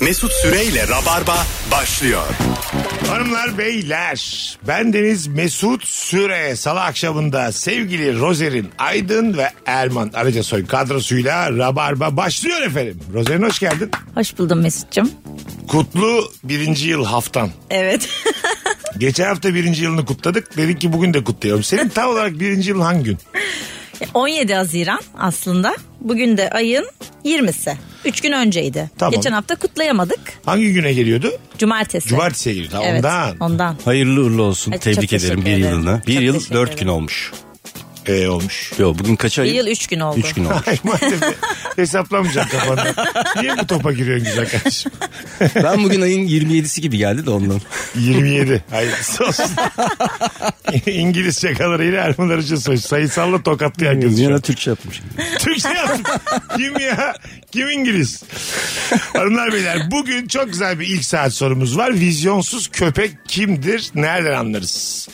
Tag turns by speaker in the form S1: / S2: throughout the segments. S1: Mesut Süreyle Rabarba başlıyor.
S2: Hanımlar beyler ben Deniz Mesut Süre salı akşamında sevgili Rozer'in Aydın ve Erman Aracasoy kadrosuyla Rabarba başlıyor efendim. Rozer'in hoş geldin.
S3: Hoş buldum Mesut'cum.
S2: Kutlu birinci yıl haftan.
S3: Evet.
S2: Geçen hafta birinci yılını kutladık. Dedik ki bugün de kutlayalım. Senin tam olarak birinci yılın hangi gün?
S3: 17 E, Haziran aslında. Bugün de ayın 20'si. 3 gün önceydi.
S2: Tamam.
S3: Geçen hafta kutlayamadık.
S2: Hangi güne geliyordu?
S3: Cumartesi.
S2: Cumartesiye geliyordu. Ha,
S3: Evet,
S2: Ondan
S3: ondan.
S4: Hayırlı uğurlu olsun.
S3: Ay, çok
S4: Tebrik
S3: teşekkür
S4: ederim bir
S3: ederim.
S4: yılına. Bir
S3: Çok
S4: yıl
S3: teşekkür
S4: dört
S3: ederim.
S4: gün olmuş.
S2: ee, olmuş.
S4: Yo bugün kaç ay?
S3: Bir yıl 3 gün oldu.
S4: Üç gün olmuş.
S2: Ay, madem Hesaplamayacak kafanda. Niye bu topa giriyorsun güzel kardeşim?
S4: ben bugün ayın 27'si gibi geldi de ondan.
S2: 27. Hayırlısı olsun. İngiliz şakalarıyla Erman Arıcı soy. Sayısalla tokattı herkes.
S4: Yana Türkçe yapmış.
S2: Türkçe yaptı. Kim ya? Kim İngiliz? Hanımlar beyler bugün çok güzel bir ilk saat sorumuz var. Vizyonsuz köpek kimdir? Nereden anlarız?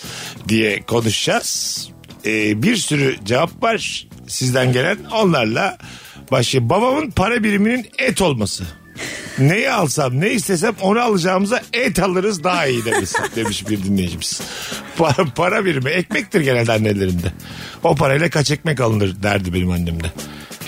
S2: Diye konuşacağız. Ee, bir sürü cevap var sizden gelen. Onlarla başlayalım. Babamın para biriminin et olması. Neyi alsam ne istesem onu alacağımıza et alırız daha iyi demiş, demiş bir dinleyicimiz. Para, para birimi ekmektir genelde annelerinde. O parayla kaç ekmek alınır derdi benim annem de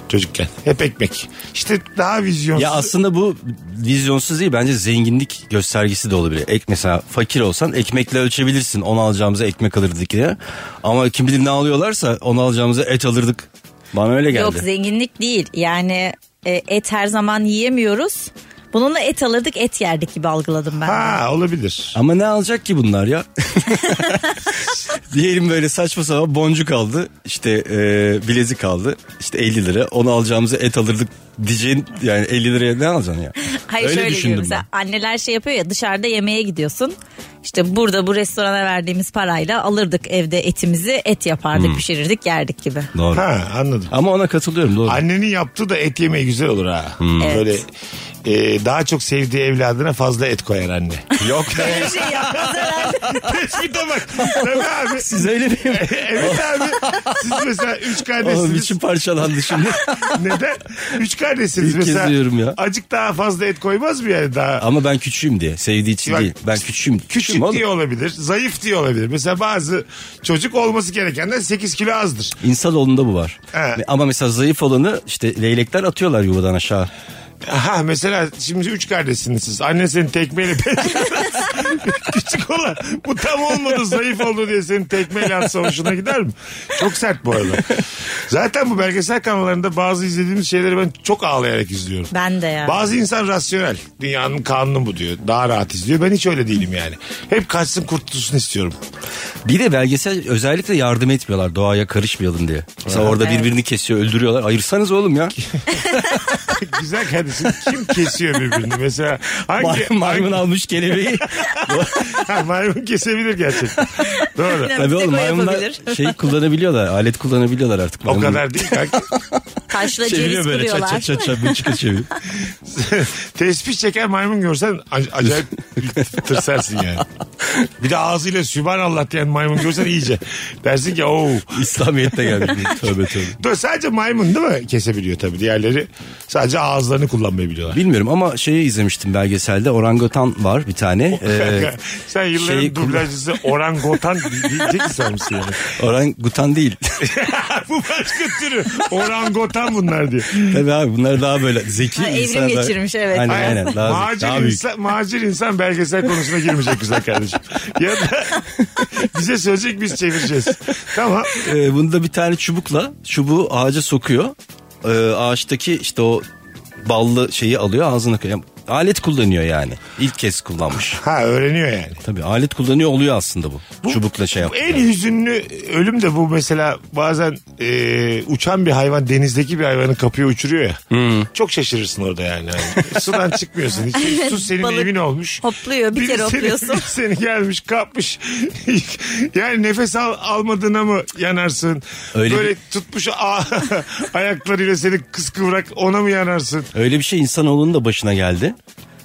S2: çocukken. Hep ekmek. İşte daha vizyonsuz.
S4: Ya aslında bu vizyonsuz değil bence zenginlik göstergesi de olabilir. Ek mesela fakir olsan ekmekle ölçebilirsin. Onu alacağımıza ekmek alırdık diye. Ama kim bilir ne alıyorlarsa onu alacağımıza et alırdık. Bana öyle geldi.
S3: Yok zenginlik değil. Yani e, et her zaman yiyemiyoruz. Bununla et alırdık et yerdik gibi algıladım ben.
S2: Ha olabilir.
S4: Ama ne alacak ki bunlar ya? Diyelim böyle saçma sapan boncuk aldı. işte e, bilezik aldı. işte 50 lira. Onu alacağımıza et alırdık diyeceğin yani 50 liraya ne alacaksın ya?
S3: Hayır
S4: Öyle
S3: şöyle diyorum
S4: düşündüm
S3: mesela anneler şey yapıyor ya dışarıda yemeğe gidiyorsun. İşte burada bu restorana verdiğimiz parayla alırdık evde etimizi et yapardık
S4: Hmm.
S3: pişirirdik yerdik gibi.
S4: ben. Doğru.
S2: Ha anladım.
S4: Ama ona katılıyorum doğru.
S2: Annenin yaptığı da et yemeği güzel olur ha.
S4: Hmm.
S3: Evet.
S2: Böyle e, daha çok sevdiği evladına fazla et koyar anne.
S4: Yok
S3: Öyle şey yapmaz herhalde.
S2: Tespite bak. Tabii abi.
S4: Siz öyle mi?
S2: evet abi. Siz mesela üç
S4: Oğlum
S2: kardeşsiniz.
S4: içim parçalandı şimdi.
S2: Neden? Üç kardeşsiniz
S4: İlk kez
S2: mesela.
S4: diyorum ya.
S2: Azıcık daha fazla et koymaz mı yani daha?
S4: Ama ben küçüğüm diye. Sevdiği için
S2: Bak,
S4: değil. Ben küçüğüm.
S2: Küçük
S4: Küçüğüm oğlum.
S2: diye olabilir, zayıf diye olabilir. Mesela bazı çocuk olması gerekenden 8 kilo azdır.
S4: İnsanoğlunda bu var.
S2: Evet.
S4: Ama mesela zayıf olanı işte leylekler atıyorlar yuvadan aşağı.
S2: Ha mesela şimdi üç kardeşsiniz siz. Annen seni tekmeyle Küçük olan bu tam olmadı zayıf oldu diye seni tekmeyle atsa hoşuna gider mi? Çok sert bu arada. Zaten bu belgesel kanallarında bazı izlediğimiz şeyleri ben çok ağlayarak izliyorum.
S3: Ben de ya.
S2: Bazı insan rasyonel. Dünyanın kanunu bu diyor. Daha rahat izliyor. Ben hiç öyle değilim yani. Hep kaçsın kurtulsun istiyorum.
S4: Bir de belgesel özellikle yardım etmiyorlar doğaya karışmayalım diye. Mesela orada
S3: Evet.
S4: birbirini kesiyor öldürüyorlar. Ayırsanız oğlum ya.
S2: Güzel kardeşim kim kesiyor birbirini mesela?
S4: May-
S2: Hangi,
S4: Maymun
S2: hangi-
S4: almış kelebeği.
S2: Ha, maymun kesebilir gerçekten. Doğru.
S3: Yani
S4: Tabii
S3: bir tek
S4: oğlum
S3: o
S4: maymunlar
S3: yapabilir.
S4: şey kullanabiliyorlar. Alet kullanabiliyorlar artık.
S2: O
S4: Maymun-
S2: kadar değil kanka.
S3: Taşla ceviz
S4: Çeviriyor böyle çat
S3: kırıyorlar.
S4: çat çat çat bıçkı çeviriyor.
S2: Tespih çeker maymun görsen ac- acayip tırsarsın yani. Bir de ağzıyla sübhanallah diyen maymun görsen iyice. Dersin ki ooo.
S4: İslamiyet'te gelmiş. Tövbe tövbe.
S2: Dur, Sadece maymun değil mi kesebiliyor tabii. Diğerleri sadece ağızlarını kullanmayı biliyorlar.
S4: Bilmiyorum ama şeyi izlemiştim belgeselde. Orangutan var bir tane. Ee,
S2: Sen yılların
S4: şey-
S2: dublajcısı orangotan diyecek sanmışsın yani.
S4: orangutan değil.
S2: Bu başka türü. Orangotan bunlar diye.
S4: Tabii abi bunlar daha böyle zeki
S3: Ha, evrim
S4: insanlar.
S3: geçirmiş, evet.
S4: Aynen
S3: Aynen.
S4: aynen. Daha,
S2: macir,
S4: daha büyük.
S2: insan, macir insan belgesel konusuna girmeyecek güzel kardeşim. ya da bize söyleyecek biz çevireceğiz. Tamam.
S4: Ee, bunda bir tane çubukla çubuğu ağaca sokuyor. Ee, ağaçtaki işte o ballı şeyi alıyor ağzına koyuyor. Alet kullanıyor yani. İlk kez kullanmış.
S2: Ha öğreniyor yani.
S4: Tabii alet kullanıyor oluyor aslında bu. Çubukla şey
S2: Bu
S4: yapıyor.
S2: en hüzünlü ölüm de bu mesela bazen e, uçan bir hayvan denizdeki bir hayvanı kapıya uçuruyor ya.
S3: Hmm.
S2: Çok şaşırırsın orada yani. Yani Sudan çıkmıyorsun. Hiç, su senin
S3: Balık
S2: evin olmuş.
S3: hopluyor, bir
S2: Biri
S3: kere
S2: seni-
S3: hopluyorsun.
S2: biri Seni gelmiş kapmış. yani nefes al, almadığına mı yanarsın?
S4: Öyle
S2: Böyle tutmuş a- ayaklarıyla seni kıskıvrak ona mı yanarsın?
S4: Öyle bir şey insanoğlunun da başına geldi.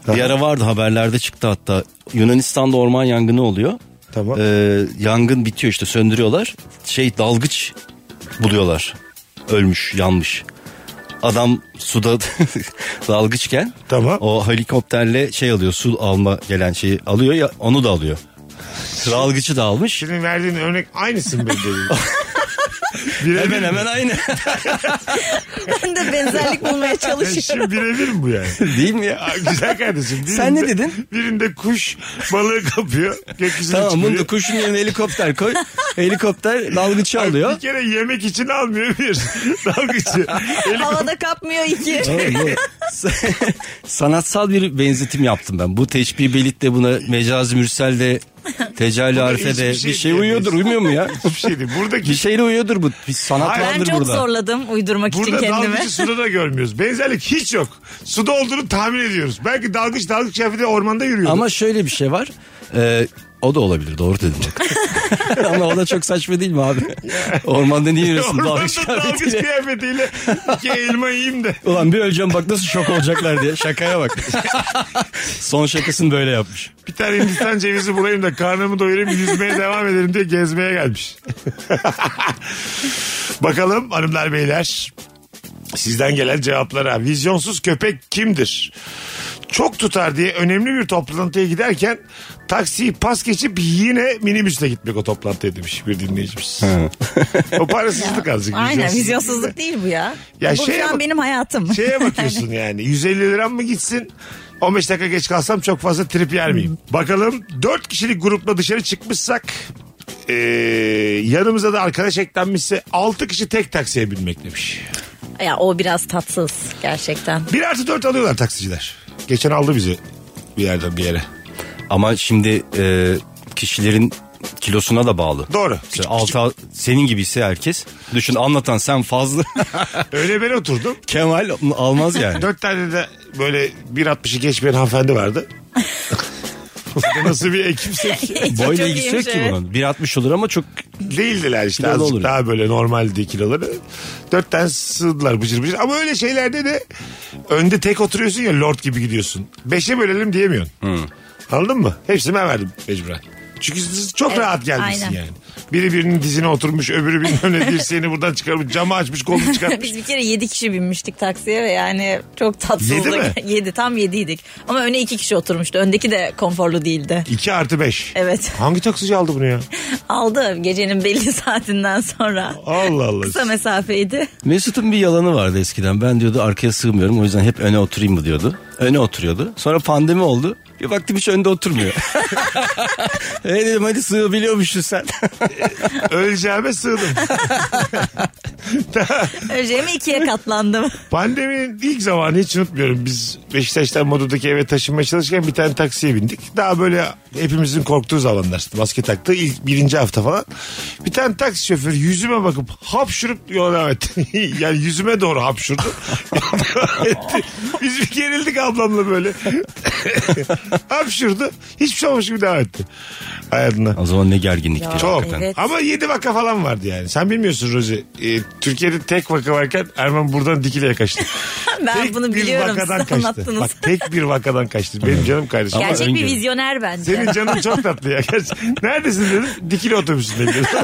S4: Bir ara vardı haberlerde çıktı hatta. Yunanistan'da orman yangını oluyor.
S2: Tamam.
S4: Ee, yangın bitiyor işte söndürüyorlar. Şey dalgıç buluyorlar. Ölmüş yanmış. Adam suda dalgıçken
S2: Tamam.
S4: o helikopterle şey alıyor su alma gelen şeyi alıyor ya onu da alıyor. Dalgıçı da almış.
S2: Şimdi verdiğin örnek aynısın benim dediğim. Birebir
S4: Hemen
S2: mi?
S4: hemen aynı
S3: Ben de benzerlik bulmaya çalışıyorum.
S2: Şimdi birebir mi bu yani?
S4: değil mi ya?
S2: Aa, Güzel kardeşim. Birinde,
S4: Sen ne dedin?
S2: Birinde kuş balığı kapıyor. Gökyüzüne
S4: Tamam
S2: çıkıyor.
S4: bunu da kuşun yerine helikopter koy. Helikopter dalgıçı
S2: Ay,
S4: alıyor.
S2: Bir kere yemek için almıyor bir dalgıcı. Helikopter
S3: Havada kapmıyor iki.
S4: Tamam, bu- Sanatsal bir benzetim yaptım ben. Bu teşbih belit de buna mecazi mürsel de tecali arife de
S2: hiçbir şey
S4: bir şey,
S2: diyemeyiz.
S4: uyuyordur uyumuyor mu ya?
S2: hiçbir şey değil. Buradaki
S4: bir şeyle uyuyordur bu. Bir sanat
S2: Hayır.
S3: Ben
S4: vardır
S3: çok
S4: burada.
S3: zorladım uydurmak için
S2: Burada
S3: kendimi.
S2: dalgıcı suda da görmüyoruz. Benzerlik hiç yok. Suda olduğunu tahmin ediyoruz. Belki dalgıç dalgıç kıyafeti ormanda yürüyor.
S4: Ama şöyle bir şey var. Ee, o da olabilir doğru dedim bak. Ama o da çok saçma değil mi abi? Ormanda niye yürüyorsun
S2: ormanda
S4: dalgıç
S2: dalgıç
S4: kıyafetiyle?
S2: kıyafetiyle iki elma yiyeyim de.
S4: Ulan bir öleceğim bak nasıl şok olacaklar diye. Şakaya bak. Son şakasını böyle yapmış.
S2: Bir tane Hindistan cevizi bulayım da karnımı doyurayım yüzmeye devam edelim diye gezmeye gelmiş. Bakalım hanımlar beyler. Sizden gelen cevaplara. Vizyonsuz köpek kimdir? Çok tutar diye önemli bir toplantıya giderken taksiyi pas geçip yine minibüsle gitmek o toplantıya demiş bir dinleyicimiz. o parasızlık azıcık.
S3: Aynen
S2: vizyonsuzluk.
S3: vizyonsuzluk değil bu ya.
S2: Ya
S3: bu
S2: şeye
S3: şu an
S2: bak-
S3: benim hayatım.
S2: Şeye bakıyorsun yani 150 liram mı gitsin 15 dakika geç kalsam çok fazla trip yer miyim? Bakalım 4 kişilik grupla dışarı çıkmışsak eee, yanımıza da arkadaş eklenmişse 6 kişi tek taksiye binmek demiş.
S3: ya o biraz tatsız gerçekten.
S2: 1 artı 4 alıyorlar taksiciler. Geçen aldı bizi bir yerden bir yere.
S4: Ama şimdi e, kişilerin kilosuna da bağlı.
S2: Doğru.
S4: Mesela altı, senin gibiyse herkes. Düşün anlatan sen fazla.
S2: Öyle ben oturdum.
S4: Kemal almaz yani.
S2: 4 tane de böyle 1.60'ı geçmeyen hanımefendi vardı. Nasıl bir ekipse ki?
S4: Boyla
S3: Çok şey.
S4: ilgisi yok
S3: iyiymiş,
S4: ki
S3: evet.
S4: bunun. 1.60 olur ama çok
S2: Değildiler işte
S4: Kilolu
S2: azıcık
S4: olur
S2: daha böyle normaldi kiloları. Dört tane sığdılar bıcır bıcır. Ama öyle şeylerde de önde tek oturuyorsun ya lord gibi gidiyorsun. Beşe bölelim diyemiyorsun.
S4: Hmm.
S2: Anladın mı? Hepsini ben verdim mecburen. Çünkü siz çok
S3: Evet,
S2: rahat gelmişsin
S3: aynen.
S2: yani. Biri birinin dizine oturmuş öbürü birinin önüne dirseğini buradan çıkarmış camı açmış kolunu çıkartmış.
S3: Biz bir kere 7 kişi binmiştik taksiye ve yani çok
S2: Yedi mi?
S3: tatsızlık. 7 tam 7'ydik. Ama öne 2 kişi oturmuştu. Öndeki de konforlu değildi.
S2: İki artı beş.
S3: Evet.
S2: Hangi taksici aldı bunu ya?
S3: Aldı gecenin belli saatinden sonra.
S2: Allah Allah.
S3: Kısa mesafeydi.
S4: Mesut'un bir yalanı vardı eskiden. Ben diyordu arkaya sığmıyorum o yüzden hep öne oturayım mı diyordu. Öne oturuyordu. Sonra pandemi oldu. Bir baktım hiç önde oturmuyor. e dedim hadi sığabiliyormuşsun sen.
S2: Öleceğime sığdım.
S3: Öleceğime ikiye katlandım.
S2: Pandeminin ilk zamanı hiç unutmuyorum. Biz Beşiktaş'tan Modur'daki eve taşınmaya çalışırken bir tane taksiye bindik. Daha böyle hepimizin korktuğu zamanlar. Maske taktığı ilk birinci hafta falan. Bir tane taksi şoförü yüzüme bakıp hapşurup yola devam etti. yani yüzüme doğru hapşurdu. Devam etti. Biz bir gerildik ablamla böyle. hapşurdu. Hiçbir şey olmamış gibi devam etti. Hayatına.
S4: O zaman ne gerginlikti.
S3: Ya.
S2: Çok.
S4: hakikaten.
S3: Evet.
S2: Ama 7 vaka falan vardı yani. Sen bilmiyorsun Rozi. Ee, Türkiye'de tek vaka varken Erman buradan dikileye kaçtı.
S3: Ben
S2: tek
S3: bunu biliyorum siz
S2: vakadan
S3: anlattınız.
S2: Bak tek bir vakadan kaçtı. Benim canım kardeşim.
S4: Ama
S3: Gerçek bir
S4: öngörü.
S3: vizyoner bence.
S2: Senin canın çok tatlı ya. Gerçi- Neredesin dedim. Dikili otobüsündeyim dedim.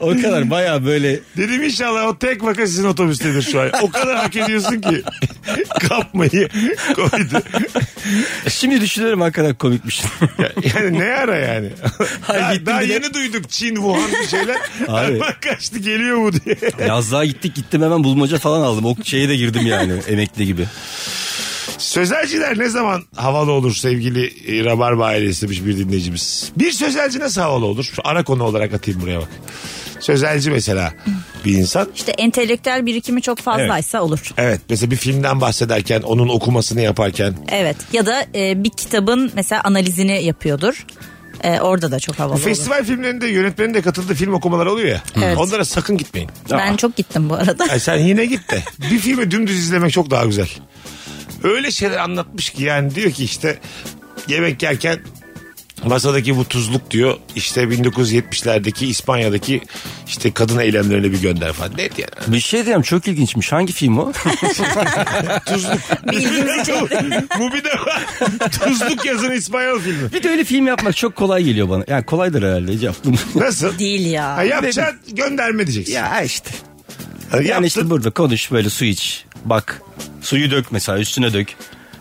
S4: O kadar baya böyle
S2: Dedim inşallah o tek vaka sizin otobüstedir şu an. O kadar hak ediyorsun ki. Kapmayı koydu.
S4: Şimdi düşünüyorum hakikaten komikmiş.
S2: Ya- Yani ne ara yani?
S4: Hayır,
S2: daha
S4: gittim
S2: daha
S4: bile-
S2: yeni duyduk Çin, Wuhan bir şeyler.
S4: Abi.
S2: Erman kaçtı geliyor mu diye.
S4: Yazlığa gittik gittim hemen bulmaca falan aldım. O şeye de girdim yani emekli gibi.
S2: Sözelciler ne zaman havalı olur sevgili e, Rabarba ailesi demiş bir dinleyicimiz. Bir sözelci nasıl havalı olur? Şu Ana konu olarak atayım buraya bak. Sözelci mesela bir insan.
S3: İşte entelektüel birikimi çok fazlaysa olur.
S2: Evet mesela bir filmden bahsederken onun okumasını yaparken.
S3: Evet ya da e, bir kitabın mesela analizini yapıyordur. E, orada da çok havalı
S2: Bu
S3: olur.
S2: festival filmlerinde yönetmenin de katıldığı film okumaları oluyor ya.
S3: Evet.
S2: Onlara sakın gitmeyin.
S3: Ben
S2: Aa.
S3: çok gittim bu arada.
S2: Ay sen yine git de. Bir filmi dümdüz izlemek çok daha güzel. Öyle şeyler anlatmış ki yani diyor ki işte yemek yerken Masadaki bu tuzluk diyor işte 1970'lerdeki İspanya'daki işte kadın eylemlerine bir gönder falan. Ne diyor?
S4: Bir şey diyeyim çok ilginçmiş. Hangi film o?
S3: Bilginizi çekti.
S2: bu bir de tuzluk yazan İspanyol filmi.
S4: bir de öyle film yapmak çok kolay geliyor bana. Yani kolaydır herhalde. hiç yaptım.
S2: Nasıl?
S3: Değil ya.
S2: Ha, yapacaksın gönderme diyeceksin.
S4: ya işte.
S2: Ha,
S4: Yani
S2: yaptın.
S4: işte burada konuş böyle su iç. Bak suyu dök mesela üstüne dök.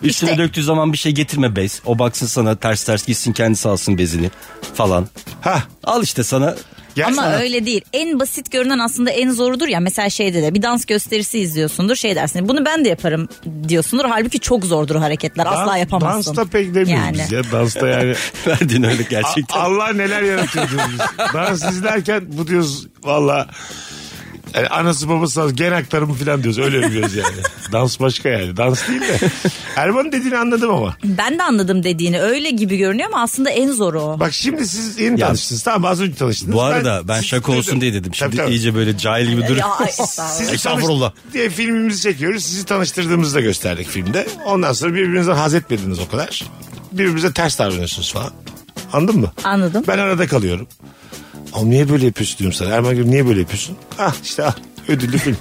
S4: Üstüne
S3: İşte-
S4: döktüğü zaman bir şey getirme bez. O baksın sana ters ters gitsin kendisi alsın bezini falan.
S2: Ha,
S4: Al işte sana
S2: gel
S3: Ama
S2: sana.
S3: öyle değil. En basit görünen aslında en zorudur ya. Mesela şeyde de bir dans gösterisi izliyorsundur. Şey dersin bunu ben de yaparım diyorsundur. Halbuki çok zordur hareketler. Asla
S2: Dans-
S3: yapamazsın.
S2: Dansta pek demiyoruz
S3: Yani.
S2: biz ya. Dansta yani.
S4: verdiğin öyle
S2: A-
S4: gerçekten.
S2: Allah neler yaratıyor diyoruz biz. Dans izlerken bu diyoruz valla yani anası babası az gen aktarımı falan diyoruz. Öyle övüyoruz yani. Dans başka yani. Dans değil de. Erman dediğini anladım ama.
S3: Ben de anladım dediğini. Öyle gibi görünüyor ama aslında en zoru o.
S2: Bak şimdi siz yeni
S4: Ya-
S2: tanıştınız. Tamam az önce tanıştınız.
S4: Bu arada ben
S2: sizi
S4: şaka olsun
S2: tanıdım.
S4: diye dedim. Şimdi
S2: Tabii, tabii.
S4: iyice böyle cahil gibi dur.
S3: Ya, ay, estağfurullah.
S2: Sizi
S4: Estağfurullah.
S2: tanış- diye filmimizi çekiyoruz. Sizi tanıştırdığımızı da gösterdik filmde. Ondan sonra birbirinize haz etmediniz o kadar. Birbirinize ters davranıyorsunuz falan. Anladın mı?
S3: Anladım.
S2: Ben arada kalıyorum. Ama niye böyle yapıyorsun diyorum sana. Erman diyorum, niye böyle yapıyorsun? Ah işte ah ödüllü film.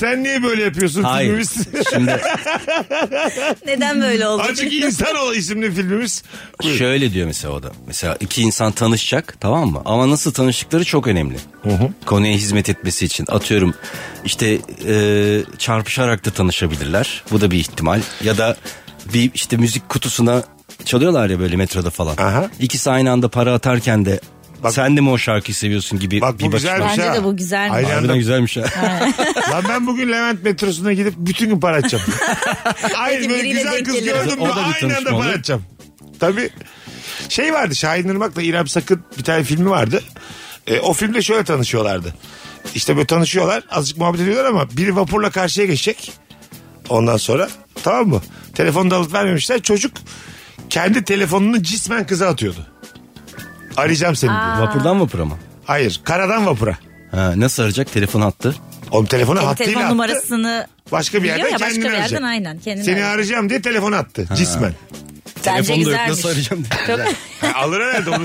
S2: Sen niye böyle yapıyorsun
S4: Hayır.
S2: filmimiz?
S4: Şimdi
S3: Neden böyle oldu?
S2: Azıcık insan ol isimli filmimiz. Buyurun.
S4: şöyle diyor mesela o da. Mesela iki insan tanışacak tamam mı? Ama nasıl tanıştıkları çok önemli. Konuya hizmet etmesi için. Atıyorum işte e, çarpışarak da tanışabilirler. Bu da bir ihtimal. Ya da bir işte müzik kutusuna çalıyorlar ya böyle metroda falan.
S2: Aha.
S4: İkisi aynı anda para atarken de
S2: Bak-
S4: sen de mi o şarkıyı seviyorsun gibi
S2: Bak bu
S4: bir bakış
S2: güzelmiş
S4: var.
S3: Bence
S2: ha.
S3: de bu güzelmiş.
S2: Aynı
S4: Harbiden
S2: anda-
S4: güzelmiş ha.
S2: Lan ben bugün Levent metrosuna gidip bütün gün para atacağım. Hayır
S3: Peki
S2: böyle
S3: biriyle
S2: güzel
S3: denk
S2: kız
S3: gelir.
S2: gördüm
S4: O
S2: mü
S4: da bir
S2: aynı anda
S4: tanışma
S2: para
S4: olur.
S2: atacağım. Tabii. Şey vardı Şahin Irmak'la İrem Sakın bir tane filmi vardı. E, o filmde şöyle tanışıyorlardı. İşte böyle tanışıyorlar azıcık muhabbet ediyorlar ama biri vapurla karşıya geçecek. Ondan sonra tamam mı? Telefonu da alıp vermemişler. Çocuk kendi telefonunu cismen kıza atıyordu. Arayacağım seni diyor.
S4: Vapurdan vapura mı?
S2: Hayır karadan vapura.
S4: Ha, nasıl arayacak? Telefonu attı.
S2: Oğlum telefonu
S3: Kendi
S2: hattıyla
S3: telefon
S2: attı.
S3: numarasını
S2: Başka bir
S3: biliyor
S2: yerden
S3: ya, başka
S2: kendini
S3: bir
S2: arayacak.
S3: yerden aynen kendini
S2: Seni
S3: arayacak.
S2: arayacağım diye telefon attı cismen.
S3: Bence
S4: Telefonu da yok,
S3: güzelmiş.
S4: nasıl arayacağım diye.
S2: Ha, alır herhalde onu.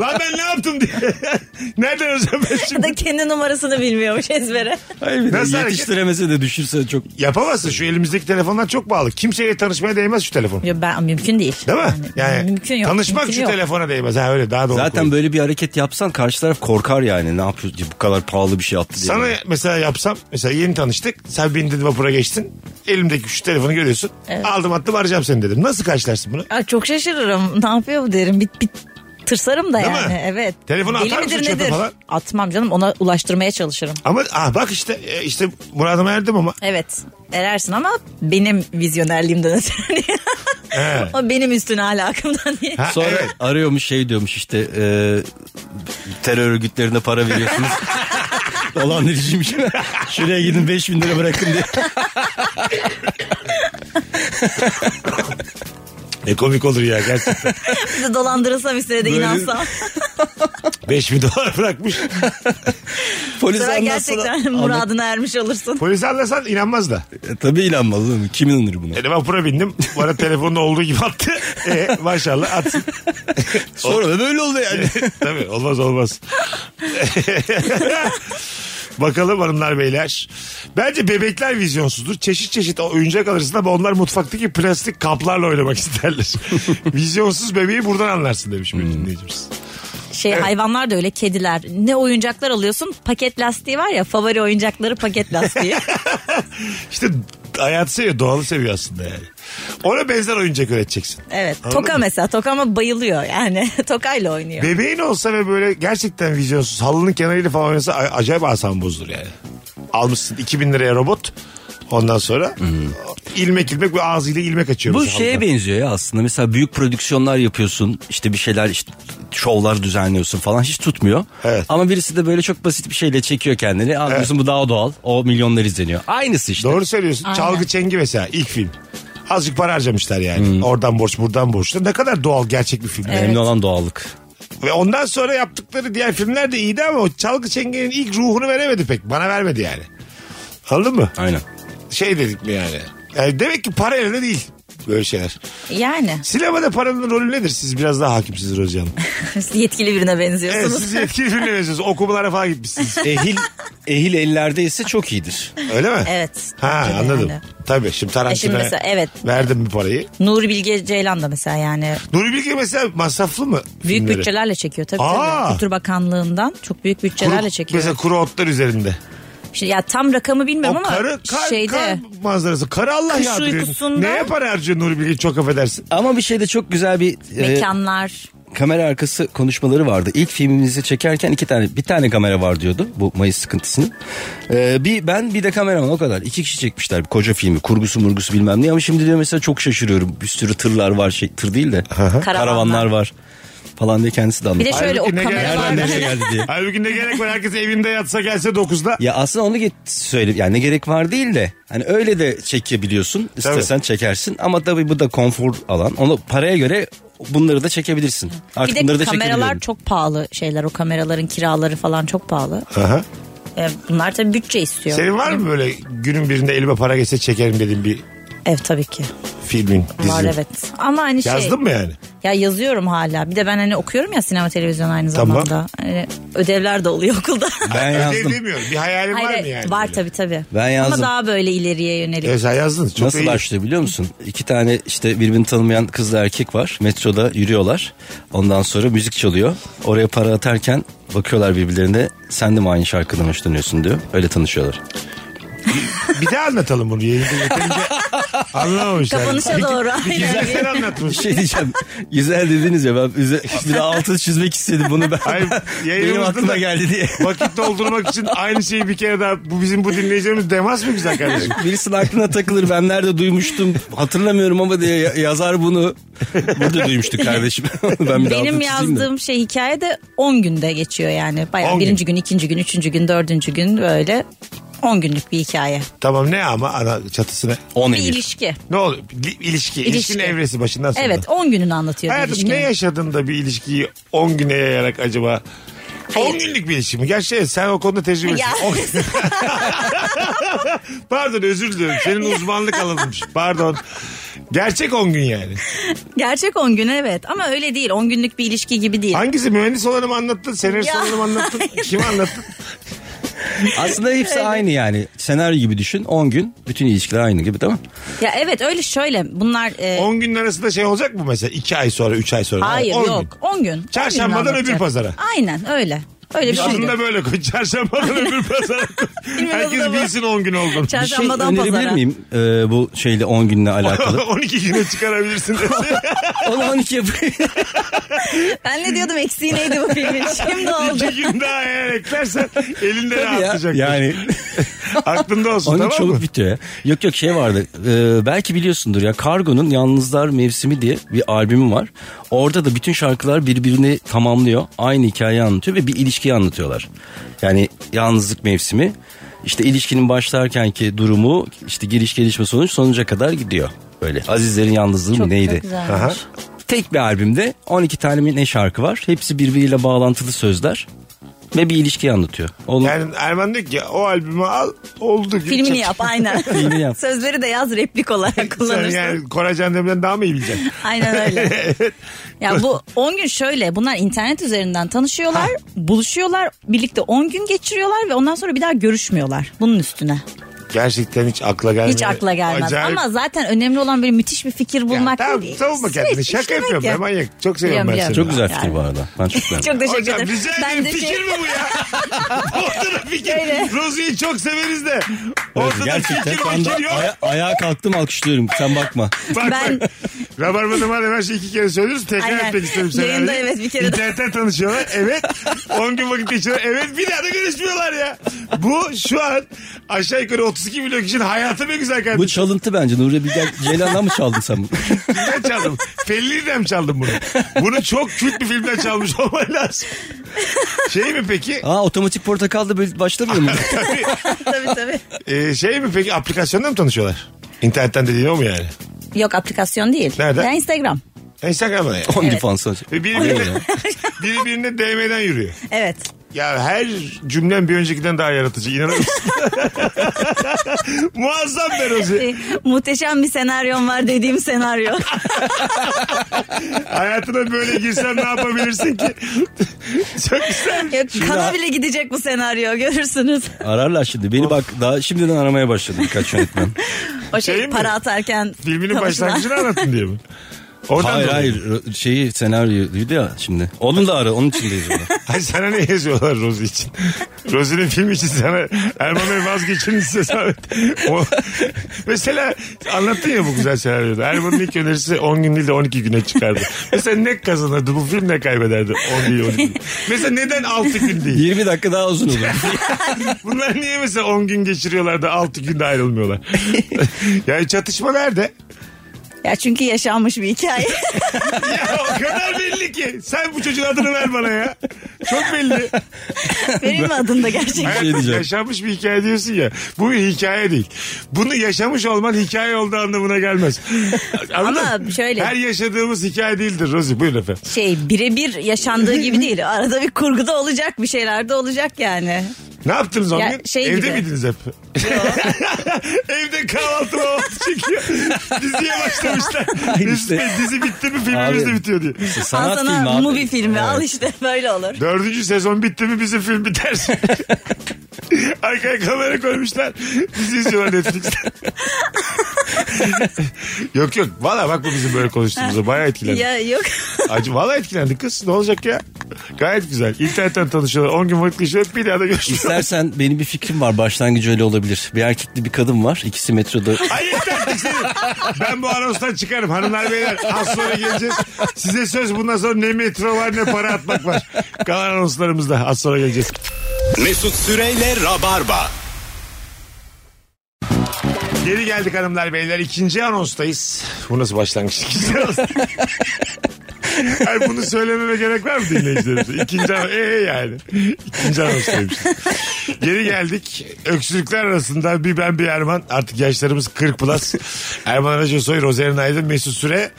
S2: Lan ben ne yaptım diye. Nereden arayacağım ben
S3: Ya
S2: şimdi?
S3: da kendi numarasını bilmiyormuş ezbere.
S4: Hayır bir de
S2: Nasıl hareket?
S4: yetiştiremese de düşürse çok
S2: Yapamazsın şu elimizdeki telefonlar çok bağlı. Kimseyle tanışmaya değmez şu telefon.
S3: Yo, ben mümkün değil.
S2: Değil mi? Yani
S3: mümkün yok.
S2: tanışmak
S3: mümkün
S2: şu
S3: yok.
S2: telefona değmez. Ha öyle daha doğru.
S4: Zaten
S2: koyayım.
S4: böyle bir hareket yapsan karşı taraf korkar yani. Ne yapıyor bu kadar pahalı bir şey attı diye.
S2: sana mesela yapsam mesela yeni tanıştık. Sen bindin vapura geçtin. Elimdeki şu telefonu görüyorsun. Aldım attım arayacağım seni dedim. Nasıl karşılarsın bunu?
S3: Ay, çok şaşırırım. Ne yapıyor bu derim. Bit bit tırsarım da
S2: Değil
S3: yani.
S2: mi?
S3: Evet.
S2: Telefonu
S3: Deli
S2: atar
S3: midir
S2: mısın çöpe
S3: nedir?
S2: falan?
S3: Atmam canım ona ulaştırmaya çalışırım.
S2: Ama ah bak işte e, işte muradıma erdim ama.
S3: Evet erersin ama benim vizyonerliğimden ötürü.
S2: He.
S3: o benim üstüne alakamdan değil.
S2: Ha,
S4: Sonra
S2: evet.
S4: arıyormuş şey diyormuş işte e, terör örgütlerine para veriyorsunuz. Dolandırıcıymış. Şuraya gidin 5000 lira bırakın diye.
S2: E komik olur ya gerçekten.
S3: Bizi dolandırılsam üstüne de
S4: Böyle-
S3: inansam.
S2: 5000 dolar bırakmış.
S4: Polis
S3: Sonra
S4: anlatsa da-
S3: gerçekten muradına ermiş olursun.
S2: Polise anlasan inanmaz da.
S4: Anlat- E, Tabii inanmaz değil mi? Kim inanır buna?
S2: Yani vapura E, bindim. Bana telefonun olduğu gibi attı. E, maşallah atsın.
S4: Sonra da böyle oldu yani.
S2: Tabii olmaz olmaz. Bakalım hanımlar beyler. Bence bebekler vizyonsuzdur. Çeşit çeşit oyuncak alırsın ama onlar mutfaktaki plastik kaplarla oynamak isterler. Vizyonsuz bebeği buradan anlarsın demiş bir dinleyicimiz.
S3: Şey hayvanlar da öyle kediler. Ne oyuncaklar alıyorsun? Paket lastiği var ya favori oyuncakları paket lastiği.
S2: İşte hayatı seviyor, doğalı seviyor aslında yani. Ona benzer oyuncak üreteceksin.
S3: Evet.
S2: Anladın
S3: toka
S2: mı?
S3: mesela. Tokama bayılıyor yani. Tokayla oynuyor.
S2: Bebeğin olsa ve böyle gerçekten vizyonsuz halının kenarıyla falan oynasa a- acayip asam bozdur yani. Almışsın 2000 liraya robot. Ondan sonra
S3: Hmm.
S2: ilmek ilmek ve ağzıyla ilmek açıyor.
S4: Bu
S2: mesela
S3: şey
S4: şeye
S2: halka.
S4: benziyor ya aslında. Mesela büyük prodüksiyonlar yapıyorsun. işte bir şeyler işte şovlar düzenliyorsun falan hiç tutmuyor.
S2: Evet.
S4: Ama birisi de böyle çok basit bir şeyle çekiyor kendini. Aa, diyorsun bu daha doğal. O milyonlar izleniyor. Aynısı işte.
S2: Doğru söylüyorsun.
S3: Aynen.
S2: Çalgı Çengi mesela ilk film. Azıcık para harcamışlar yani. Oradan borç buradan borç. Ne kadar doğal gerçek bir film.
S4: Önemli
S3: Hmm. Evet.
S4: olan doğallık.
S2: Ve ondan sonra yaptıkları diğer filmler de iyiydi ama o Çalgı Çengi'nin ilk ruhunu veremedi pek. Bana vermedi yani. Anladın mı?
S4: Aynen.
S2: Şey dedik mi yani? yani demek ki para öyle değil. Böyle şeyler.
S3: Yani
S2: Sinemada paranın rolü nedir? Siz biraz daha hakimsiniz hocam.
S3: yetkili birine
S2: Evet
S3: benziyorsunuz.
S2: siz yetkili birine benziyorsunuz. Okumalara falan gitmişsiniz.
S4: Ehil ehil ellerde ise çok iyidir.
S2: Öyle mi?
S3: Evet.
S2: Ha
S3: Tabii
S2: anladım.
S3: yani.
S2: Tabii şimdi
S3: E şimdi
S2: Tarantino'ya
S3: mesela evet
S2: verdim bir parayı.
S3: Nuri Bilge Ceylan da mesela yani
S2: Nuri Bilge mesela masraflı mı?
S3: büyük
S2: filmleri?
S3: bütçelerle çekiyor tabii
S2: Aa!
S3: tabii. Kültür Bakanlığından çok büyük
S2: Kuru-
S3: bütçelerle çekiyor.
S2: Mesela kuru otlar üzerinde.
S3: Şimdi ya tam rakamı bilmiyorum
S2: O
S3: ama
S2: karı, kar,
S3: şeyde
S2: kar manzarası. Karı Allah
S3: Kış
S2: yağdırıyor.
S3: uykusunda-
S2: Neye para harcıyor Nuri Bilge çok affedersin.
S4: Ama bir şeyde çok güzel bir e,
S3: mekanlar
S4: kamera arkası konuşmaları vardı. İlk filmimizi çekerken iki tane bir tane kamera var diyordu bu Mayıs sıkıntısını. Ee, bir ben bir de kameraman o kadar. İki kişi çekmişler bir koca filmi kurgusu murgusu bilmem ne ama şimdi diyor mesela çok şaşırıyorum. Bir sürü tırlar var şey tır değil de karavanlar. var falan diye kendisi de
S3: bir
S4: anlattı.
S3: de şöyle
S2: Halbuki ne
S3: o
S2: gerek var?
S3: kameralar
S4: Nereden nereye geldi diye.
S2: Halbuki ne gerek var herkes evinde yatsa gelse 9'da.
S4: Ya aslında onu get söyle yani ne gerek var değil de hani öyle de çekebiliyorsun istesen çekersin ama tabii bu da konfor alan onu paraya göre bunları da çekebilirsin. Ee, Artık
S3: bir
S4: bunları
S3: de
S4: da
S3: kameralar
S4: çekebiliyorum.
S3: çok pahalı şeyler o kameraların kiraları falan çok pahalı.
S2: Aha.
S3: E, bunlar tabii bütçe istiyor.
S2: Senin var mı böyle günün birinde elime para geçse çekerim dediğin bir
S3: Evet tabii ki.
S2: filmin, dizin?
S3: Var evet. Ama hani şey.
S2: Yazdın mı yani?
S3: Ya yazıyorum hala. Bir de ben hani okuyorum ya sinema televizyon aynı
S2: Tamam.
S3: zamanda. Hani ödevler de oluyor okulda.
S4: Ben
S2: Öyle
S4: yazdım.
S2: demiyorum. Bir hayalin var
S3: Hayır,
S2: mı yani?
S3: Var
S2: böyle?
S3: tabii tabii.
S4: Ben yazdım.
S3: Ama daha böyle ileriye yönelik.
S2: Evet, sen yazdın. Çok
S4: Nasıl
S2: iyi.
S4: başlıyor biliyor musun? İki tane işte birbirini tanımayan kızla erkek var. Metroda yürüyorlar. Ondan sonra müzik çalıyor. Oraya para atarken bakıyorlar birbirlerine. Sen de mi aynı şarkıdan hoşlanıyorsun diyor. Öyle tanışıyorlar.
S2: Bir daha anlatalım bunu. Yayında yeterince anlamamışlar.
S3: Kapanışa doğru.
S2: Bir
S3: Aynen.
S2: kere sen anlatmış.
S4: Bir şey diyeceğim. Güzel dediniz ya ben üze- bir daha altını çizmek istedim bunu ben.
S2: Hayır,
S4: benim
S2: yayınımızda da-
S4: aklıma geldi diye.
S2: Vakit doldurmak için aynı şeyi bir kere daha bu bizim bu dinleyicilerimiz demez mi güzel kardeşim?
S4: Birisinin aklına takılır ben nerede duymuştum hatırlamıyorum ama diye ya- yazar bunu. Burada duymuştuk kardeşim. ben bir daha
S3: Benim
S4: altını çizeyim de.
S3: yazdığım şey hikaye de 10 günde geçiyor yani. Bayağı
S2: 10 gün.
S3: birinci gün. ikinci gün, üçüncü gün, dördüncü gün böyle 10 günlük bir hikaye.
S2: tamam ne ama ana çatısına.
S4: 10
S3: Bir
S4: Eylül.
S3: ilişki.
S2: Ne oluyor? Li- İlişki. İlişkinin
S3: İlişki.
S2: evresi başından sonra.
S3: Evet 10 gününü anlatıyor bir
S2: Hayatım ne
S3: ilişkinin.
S2: yaşadın da bir ilişkiyi 10 güne yayarak acaba?
S3: Hayır.
S2: 10 günlük bir ilişki mi? Gerçi evet, sen o konuda tecrübelisin.
S3: Ya.
S2: On- Pardon özür dilerim. Senin uzmanlık alanıymış. Pardon. Gerçek 10 gün yani.
S3: Gerçek 10 gün evet ama öyle değil 10 günlük bir ilişki gibi değil.
S2: Hangisi mühendis olanı mı anlattın? Senarist
S3: Ya.
S2: olanı mı anlattın? Kim anlattın?
S4: Aslında hepsi aynı yani. Senaryo gibi düşün. 10 gün bütün ilişkiler aynı gibi değil mi?
S3: Ya evet öyle şöyle bunlar... e,
S2: 10 gün arasında şey olacak mı mesela? 2 ay sonra, 3 ay sonra.
S3: Hayır
S2: Ee, On
S3: yok
S2: gün.
S3: 10 gün. 10
S2: Çarşambadan
S3: gününü anlatacak.
S2: öbür pazara.
S3: Aynen öyle. Öyle bir şey.
S2: Adını da böyle koy. Çarşambadan öbür pazara koy.
S3: Bilmiyorum
S2: Herkes
S3: ama.
S2: bilsin 10 gün olduğunu.
S4: Bir şey
S3: Çarşambadan
S4: önerebilir
S3: pazara.
S4: miyim Ee, bu şeyle 10 günle alakalı?
S2: 12 güne çıkarabilirsin.
S4: Onu 12 yapayım.
S3: Ben ne diyordum eksiği neydi bu filmin? Şimdi oldu.
S2: 2 gün daha eğer eklersen elinde
S4: ya.
S2: rahatlayacak.
S4: Yani
S2: Aklında olsun
S4: 13
S2: tamam mı?
S4: çabuk bitiyor ya. Yok yok şey vardı. Ee, belki biliyorsundur ya Kargo'nun Yalnızlar Mevsimi diye bir albümü var. Orada da bütün şarkılar birbirini tamamlıyor. Aynı hikayeyi anlatıyor ve bir ilişkiyi anlatıyorlar. Yani yalnızlık mevsimi. İşte ilişkinin başlarkenki durumu işte giriş gelişme sonuç sonuca kadar gidiyor. Böyle Azizlerin yalnızlığı mı neydi?
S3: Çok güzelmiş.
S4: Tek bir albümde 12 tane mi ne şarkı var. Hepsi birbiriyle bağlantılı sözler ve bir ilişkiyi anlatıyor. Oğlum
S2: Yani Erman diyor ki o albümü al oldu gibi.
S3: Filmini
S2: çat-
S3: yap aynen.
S4: Filmini yap.
S3: Sözleri de yaz replik olarak
S2: Sen
S3: kullanırsın.
S2: yani Koray Can Demir'den daha mı iyi bileceksin?
S3: Aynen öyle. ya bu 10 gün şöyle bunlar internet üzerinden tanışıyorlar, buluşuyorlar, birlikte 10 gün geçiriyorlar ve ondan sonra bir daha görüşmüyorlar bunun üstüne.
S2: Gerçekten hiç akla gelmez.
S3: Hiç akla gelmez. Ama zaten önemli olan böyle müthiş bir fikir bulmak
S2: ya, tamam
S3: değil.
S2: savunma kendini.
S3: Süreç
S2: Şaka
S3: işlemek
S2: yapıyorum
S3: ya.
S2: ben manyak. Çok seviyorum ben
S3: Biliyorum,
S2: seni.
S4: çok güzel fikir
S3: Yani.
S4: bu arada. Ben çok beğendim.
S3: Çok teşekkür
S2: Hocam
S3: ederim.
S2: rica
S3: Ben
S2: ederim
S3: de
S2: fikir
S3: şey-
S2: mi bu ya? Ortada fikir.
S3: Öyle.
S2: Rozi'yi çok severiz de.
S4: Evet,
S2: Ortada
S4: gerçekten
S2: fikir
S4: şu anda
S2: fikir yok.
S4: aya- ayağa kalktım alkışlıyorum sen bakma.
S2: Bak ben...
S3: Ben-
S2: bak. Rabarba'da madem her şeyi şey iki kere söylüyoruz tekrar
S3: Aynen.
S2: etmek istedim seni.
S3: Yayında
S2: Ali.
S3: evet, bir kere daha.
S2: İnternetten tanışıyorlar. Evet. 10 gün vakit geçiriyorlar. Evet bir daha da görüşmüyorlar ya. Bu şu an aşağı yukarı 32 milyon kişinin hayatı ne güzel
S4: Bu
S2: kardeşim.
S4: çalıntı bence Nuri Bilge Ceylan'dan mı çaldın sen? bunu?
S2: Kimden çaldım? Fellini'den mi çaldım bunu? Bunu çok kült bir filmden çalmış olman lazım. Şey mi peki?
S4: Aa otomatik portakal da böyle başlamıyor mu?
S2: Tabii.
S3: tabii tabii.
S2: Ee, şey mi peki aplikasyonda mı tanışıyorlar? İnternetten dediğin o mu yani?
S3: Yok aplikasyon değil.
S2: Nereden?
S3: Ya Instagram.
S2: Instagram'da yani.
S4: OnlyFans.
S2: Ve Birbirine, birbirine DM'den yürüyor.
S3: Evet.
S2: Ya her cümlem bir öncekinden daha yaratıcı. İnanır mısın? Muazzam Berozi.
S3: Şey, muhteşem bir senaryon var dediğim senaryo.
S2: Hayatına böyle girsen ne yapabilirsin ki? Çok güzel.
S3: Ya, kana bile gidecek bu senaryo görürsünüz.
S4: Ararlar şimdi. Beni bak daha şimdiden aramaya başladı birkaç yönetmen.
S3: O şey,
S2: Şey mi?
S3: para atarken.
S2: Filminin
S3: kapışılan.
S2: başlangıcını anlatın diye mi? Oradan
S4: hayır
S2: dolayı.
S4: hayır Ro- şeyi senaryoydu ya şimdi. Onun da ara onun içindeyiz orada.
S2: Ay sana ne yazıyorlar Rozi için? Rozi'nin filmi için sana Erman Bey vazgeçin size zahmet. O, mesela anlattın ya bu güzel senaryoda. Erman'ın ilk önerisi 10 gün değil de 12 güne çıkardı. Mesela ne kazanırdı bu film ne kaybederdi 10 değil 12 gün. Mesela neden 6 gün değil?
S4: 20 dakika daha uzun olur.
S2: Bunlar niye mesela 10 gün geçiriyorlar da 6 günde ayrılmıyorlar? yani çatışma nerede?
S3: Ya çünkü yaşanmış bir hikaye.
S2: Ya o kadar belli ki. Sen bu çocuğun adını ver bana ya. Çok belli.
S3: Benim mi adında gerçekten?
S4: şey diyeceğim.
S2: Yaşanmış bir hikaye diyorsun ya. Bu bir hikaye değil. Bunu yaşamış olman hikaye olduğu anlamına gelmez. Anladın
S3: Ama
S2: mı?
S3: şöyle-
S2: Her yaşadığımız hikaye değildir Rozi. Buyurun efendim.
S3: Şey birebir yaşandığı gibi değil. Arada bir kurguda olacak bir şeyler de olacak yani.
S2: Ne yaptınız o
S3: Ya
S2: gün?
S3: şey
S2: Evde
S3: gibi.
S2: miydiniz hep? Evde kahvaltı mahvaltı çekiyor. Diziye başlamışlar. Mesut
S4: işte.
S2: Bey, dizi bitti mi filmimiz
S4: Abi.
S2: de bitiyor diye.
S3: Al
S4: Sanat
S3: sana
S4: filmi abi.
S3: movie filmi
S4: Evet.
S3: al işte böyle olur.
S2: Dördüncü sezon bitti mi bizim film biter. Arkaya kamera koymuşlar. Bizi izliyorlar Netflix'ten. yok yok. Valla bak bu bizim böyle konuştuğumuza. Bayağı etkilendik.
S3: Ya yok.
S2: Acı, valla etkilendik kız. Ne olacak ya? Gayet güzel. İnternetten tanışıyorlar. 10 gün vakit geçiyor. Bir daha da görüşmüyorlar.
S4: İstersen benim bir fikrim var başlangıcı öyle olabilir. Bir erkekli bir kadın var ikisi metroda.
S2: Ay yeter seni. Ben bu anonstan çıkarım hanımlar beyler. Az sonra geleceğiz. Size söz bundan sonra ne metro var ne para atmak var. Kalan anonslarımızda az sonra geleceğiz.
S1: Mesut Süreyle Rabarba.
S2: Geri geldik hanımlar beyler. İkinci anonstayız. Bu nasıl başlangıç? İkinci anons. Ay bunu söylememe gerek var mı dinleyicilerimize? İkinci anons. Ee yani. İkinci anonstaymış. Geri geldik. Öksürükler arasında bir ben bir Erman. Artık yaşlarımız 40 plus. Erman Aracasoy, Rozerin Aydın, Mesut Süre.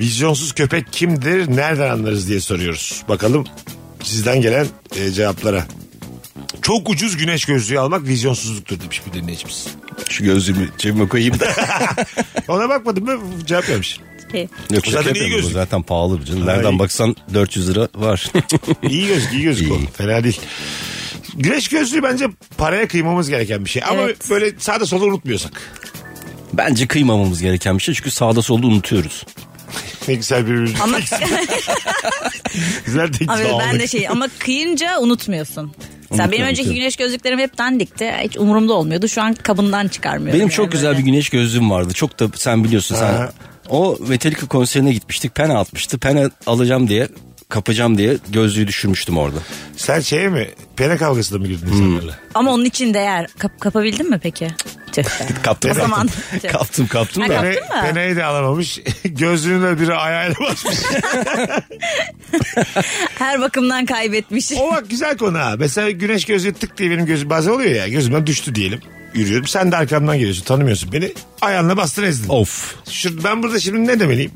S2: Vizyonsuz köpek kimdir? Nereden anlarız diye soruyoruz. Bakalım sizden gelen e, cevaplara. Çok ucuz güneş gözlüğü almak vizyonsuzluktur demiş bir dinleyicimiz.
S4: Şu gözlüğümü cebime koyayım da.
S2: Ona bakmadım mı cevap vermiş.
S3: Şey,
S4: Yok,
S2: Zaten iyi
S4: şaka yapıyorum. Bu
S2: gözlük.
S4: Zaten pahalı bir canım.
S2: Ay.
S4: Nereden baksan 400 lira var.
S2: İyi gözük iyi gözük o.
S4: İyi.
S2: Fena değil. Güneş gözlüğü bence paraya kıymamız gereken bir şey. Ama
S3: Evet.
S2: böyle sağda solda unutmuyorsak.
S4: Bence kıymamamız gereken bir şey çünkü sağda solda unutuyoruz.
S2: Ne güzel birbirimiz.
S3: Ama,
S2: Güzel tek
S3: ama ben de
S2: aldık.
S3: şey ama kıyınca unutmuyorsun. Sen benim
S4: Unutuyorum,
S3: önceki
S4: unutuyorum.
S3: güneş gözlüklerim hep dandikti. Hiç umurumda olmuyordu. Şu an kabından çıkarmıyorum.
S4: Benim
S3: yani
S4: çok güzel
S3: böyle.
S4: bir güneş gözlüğüm vardı. Çok da sen biliyorsun sen.
S2: Ha.
S4: O Metallica konserine gitmiştik. Pena atmıştı. Pena alacağım diye kapacağım diye gözlüğü düşürmüştüm orada.
S2: Sen şeye mi? Pene kavgasına mı
S4: Hmm.
S2: girdin insanlarla?
S3: Ama onun için değer. Kap- kapabildin mi peki? Tüh be.
S4: Kaptım
S3: O zaman-
S4: kaptım. kaptım kaptım
S3: Ha,
S4: da.
S3: kaptın
S2: Pene,
S3: mı?
S2: peneyi de alamamış. Gözlüğünü de biri ayağıyla basmış.
S3: Her bakımdan kaybetmiş.
S2: o bak güzel konu ha. Mesela güneş gözlüğü tık diye benim gözüm bazen oluyor ya. Gözümden düştü diyelim. Yürüyorum. Sen de arkamdan geliyorsun. Tanımıyorsun beni. Ayağınla bastın ezdin.
S4: Of.
S2: Şu, ben burada şimdi ne demeliyim?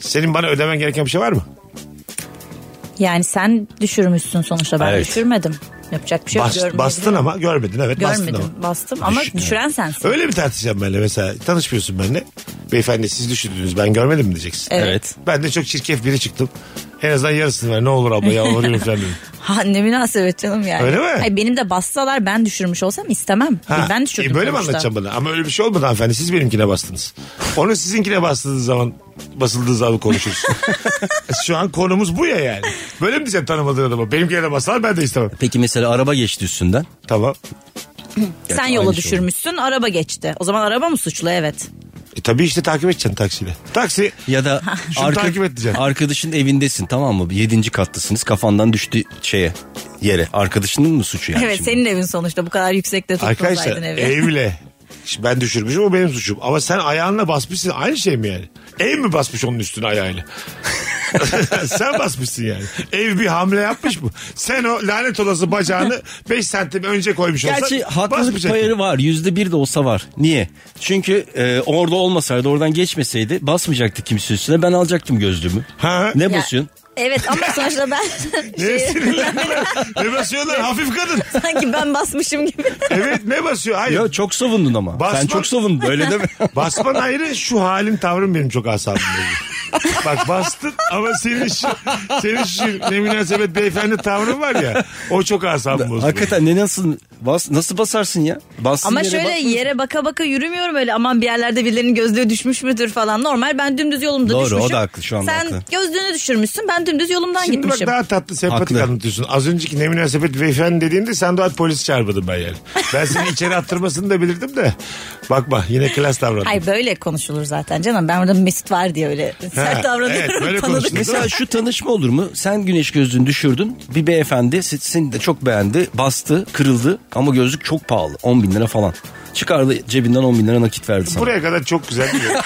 S2: Senin bana ödemen gereken bir şey var mı?
S3: Yani sen düşürmüşsün sonuçta ben
S4: Evet.
S3: düşürmedim. Yapacak bir şey yok.
S2: Bas-
S3: görmedim.
S2: bastın ama görmedin evet bastın
S3: Görmedim
S2: ama.
S3: bastım ama
S4: Düşün-
S3: düşüren sensin.
S2: Öyle mi tartışacağım benimle mesela? Tanışmıyorsun benimle. Beyefendi siz düşündünüz ben görmedim mi diyeceksin.
S3: Evet.
S4: Evet.
S2: Ben de çok çirkef biri çıktım. En azından yarısını ver ne olur abla yalvarıyorum falan dedim.
S3: Ha, ne münasebet canım yani.
S2: Öyle mi?
S3: Ay, benim de bassalar ben düşürmüş olsam istemem.
S2: Ha,
S3: Ben düşürdüm
S2: e, böyle mi
S3: sonuçta.
S2: anlatacağım bana? Ama öyle bir şey olmadı hanımefendi. Siz benimkine bastınız. Onu sizinkine bastığı zaman basıldığı zaman konuşuruz. E, Şu an konumuz bu ya yani. Böyle mi diyeceğim tanımadığın adama? Benimkine de bastılar ben de istemem.
S4: Peki mesela araba geçti üstünden.
S2: Tamam.
S3: Sen
S4: Aynı
S3: yola
S4: şey
S3: düşürmüşsün araba geçti. O zaman araba mı suçlu evet.
S2: E tabii işte takip edeceksin taksiyle. Taksi
S4: Ya da
S2: Şunu takip et diyeceğim.
S4: arkadaşın evindesin tamam mı? Yedinci kattasınız kafandan düştü şeye yere. Arkadaşının mı suçu yani?
S3: evet
S4: şimdi?
S3: senin evin sonuçta bu kadar yüksekte
S2: Arkadaşlar
S3: tutmasaydın evi.
S2: evle. Şimdi ben düşürmüşüm o benim suçum. Ama sen ayağınla basmışsın aynı şey mi yani? Ev mi basmış onun üstüne ayağıyla? sen basmışsın yani. Ev bir hamle yapmış mı? Sen o lanet olası bacağını 5 santim önce koymuş olsan
S4: Gerçi haklılık
S2: basmayacaktın.
S4: payarı var. Yüzde bir de olsa var. Niye? Çünkü e, orada olmasaydı oradan geçmeseydi basmayacaktı kimse üstüne. Ben alacaktım gözlüğümü.
S2: Ha.
S4: Ne şey?
S3: Ya,
S4: basıyorsun?
S3: Evet ama sonuçta ben
S2: Neye sinirlendiler? ne basıyorlar? Hafif kadın.
S3: sanki ben basmışım gibi.
S2: Evet ne basıyor? Hayır.
S4: Ya çok savundun ama.
S2: Basma-
S4: Sen çok savundun öyle deme.
S2: Basman ayrı şu halin tavrın benim çok asabım Bak bastın ama senin şu, senin şu ne münasebet beyefendi tavrın var ya o çok asabım bozdu.
S4: Hakikaten ne nasıl bas, nasıl basarsın ya? Bastığın
S3: Ama
S4: yere
S3: şöyle
S4: bak-
S3: yere baka baka yürümüyorum öyle aman bir yerlerde birilerinin gözlüğü düşmüş müdür falan. Normal ben dümdüz yolumda
S4: Doğru, o
S3: düşmüşüm.
S4: da haklı, şu anda
S3: Sen
S4: haklı.
S3: gözlüğünü düşürmüşsün ben dümdüz yolumdan
S2: Şimdi bak
S3: gitmişim.
S2: daha tatlı sempatik
S4: Haklı.
S2: anlatıyorsun. Az önceki ne münasebet beyefendi dediğinde sen daha polisi çağırmadın ben yani. Ben seni içeri attırmasını da bilirdim de. Bakma yine klas davrandım.
S3: Hayır böyle konuşulur zaten canım. Ben burada Mesut var diye öyle sert davranıyorum.
S2: evet, böyle
S3: tanıdık.
S2: konuşulur.
S4: Mesela şu tanışma olur mu? Sen güneş gözlüğünü düşürdün. Bir beyefendi se- seni de çok beğendi. Bastı, kırıldı ama gözlük çok pahalı. 10 bin lira falan. Çıkardı cebinden 10 bin lira nakit verdi sana.
S2: Buraya kadar çok güzel bir yer.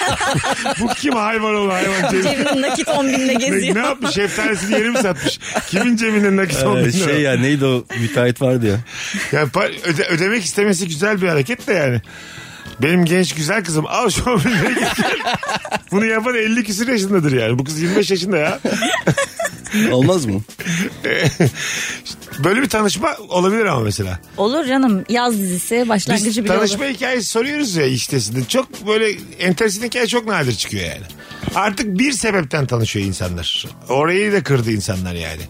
S2: Bu kim hayvan oğlu hayvan Cemil.
S3: Cebimde nakit 10 binle
S2: Ne,
S3: geziyor.
S2: ne yapmış? Şeftanesini yeri mi satmış? Kimin cebinde nakit on bin
S4: Ee,
S2: lira?
S4: şey ya neydi o müteahhit vardı ya.
S2: Yani pa- öde- ödemek istemesi güzel bir hareket de yani. Benim genç güzel kızım al şu mobilyayı getir. Bunu yapan 50 küsur yaşındadır yani. Bu kız 25 yaşında ya.
S4: Olmaz mı?
S2: Böyle bir tanışma olabilir ama mesela.
S3: Olur canım yaz dizisi
S2: Biz
S3: başlangıcı bile
S2: tanışma
S3: olur.
S2: hikayesi soruyoruz ya iştesinde. Çok böyle enteresan hikaye çok nadir çıkıyor yani. Artık bir sebepten tanışıyor insanlar. Orayı da kırdı insanlar yani.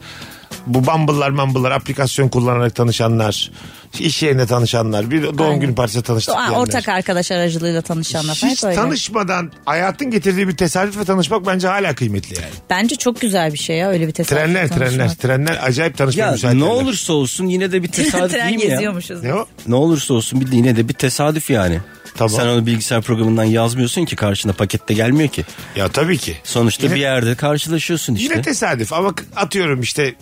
S2: Bu Bumble'lar Mumble'lar aplikasyon kullanarak tanışanlar. iş yerinde tanışanlar. Bir doğum
S3: Aynen.
S2: günü partisinde tanıştık.
S3: Aa,
S2: diyenler.
S3: ortak arkadaş aracılığıyla tanışanlar. falan
S2: Hiç
S3: hep öyle.
S2: tanışmadan hayatın getirdiği bir tesadüf ve tanışmak bence hala kıymetli yani.
S3: Bence çok güzel bir şey ya öyle bir tesadüf.
S2: Trenler,
S3: tanışmak.
S2: trenler, trenler acayip tanışmaya
S4: Ya
S2: müsait
S4: ne
S2: yerler.
S4: olursa olsun yine de bir tesadüf
S3: Tren
S4: değil mi ya?
S3: geziyormuşuz.
S2: Ne o?
S4: Ne olursa olsun bir de yine de bir tesadüf yani.
S2: Tamam.
S4: Sen onu bilgisayar programından yazmıyorsun ki karşına pakette gelmiyor ki.
S2: Ya tabii ki.
S4: Sonuçta
S2: Yine-
S4: bir yerde karşılaşıyorsun işte.
S2: Yine tesadüf ama k- atıyorum işte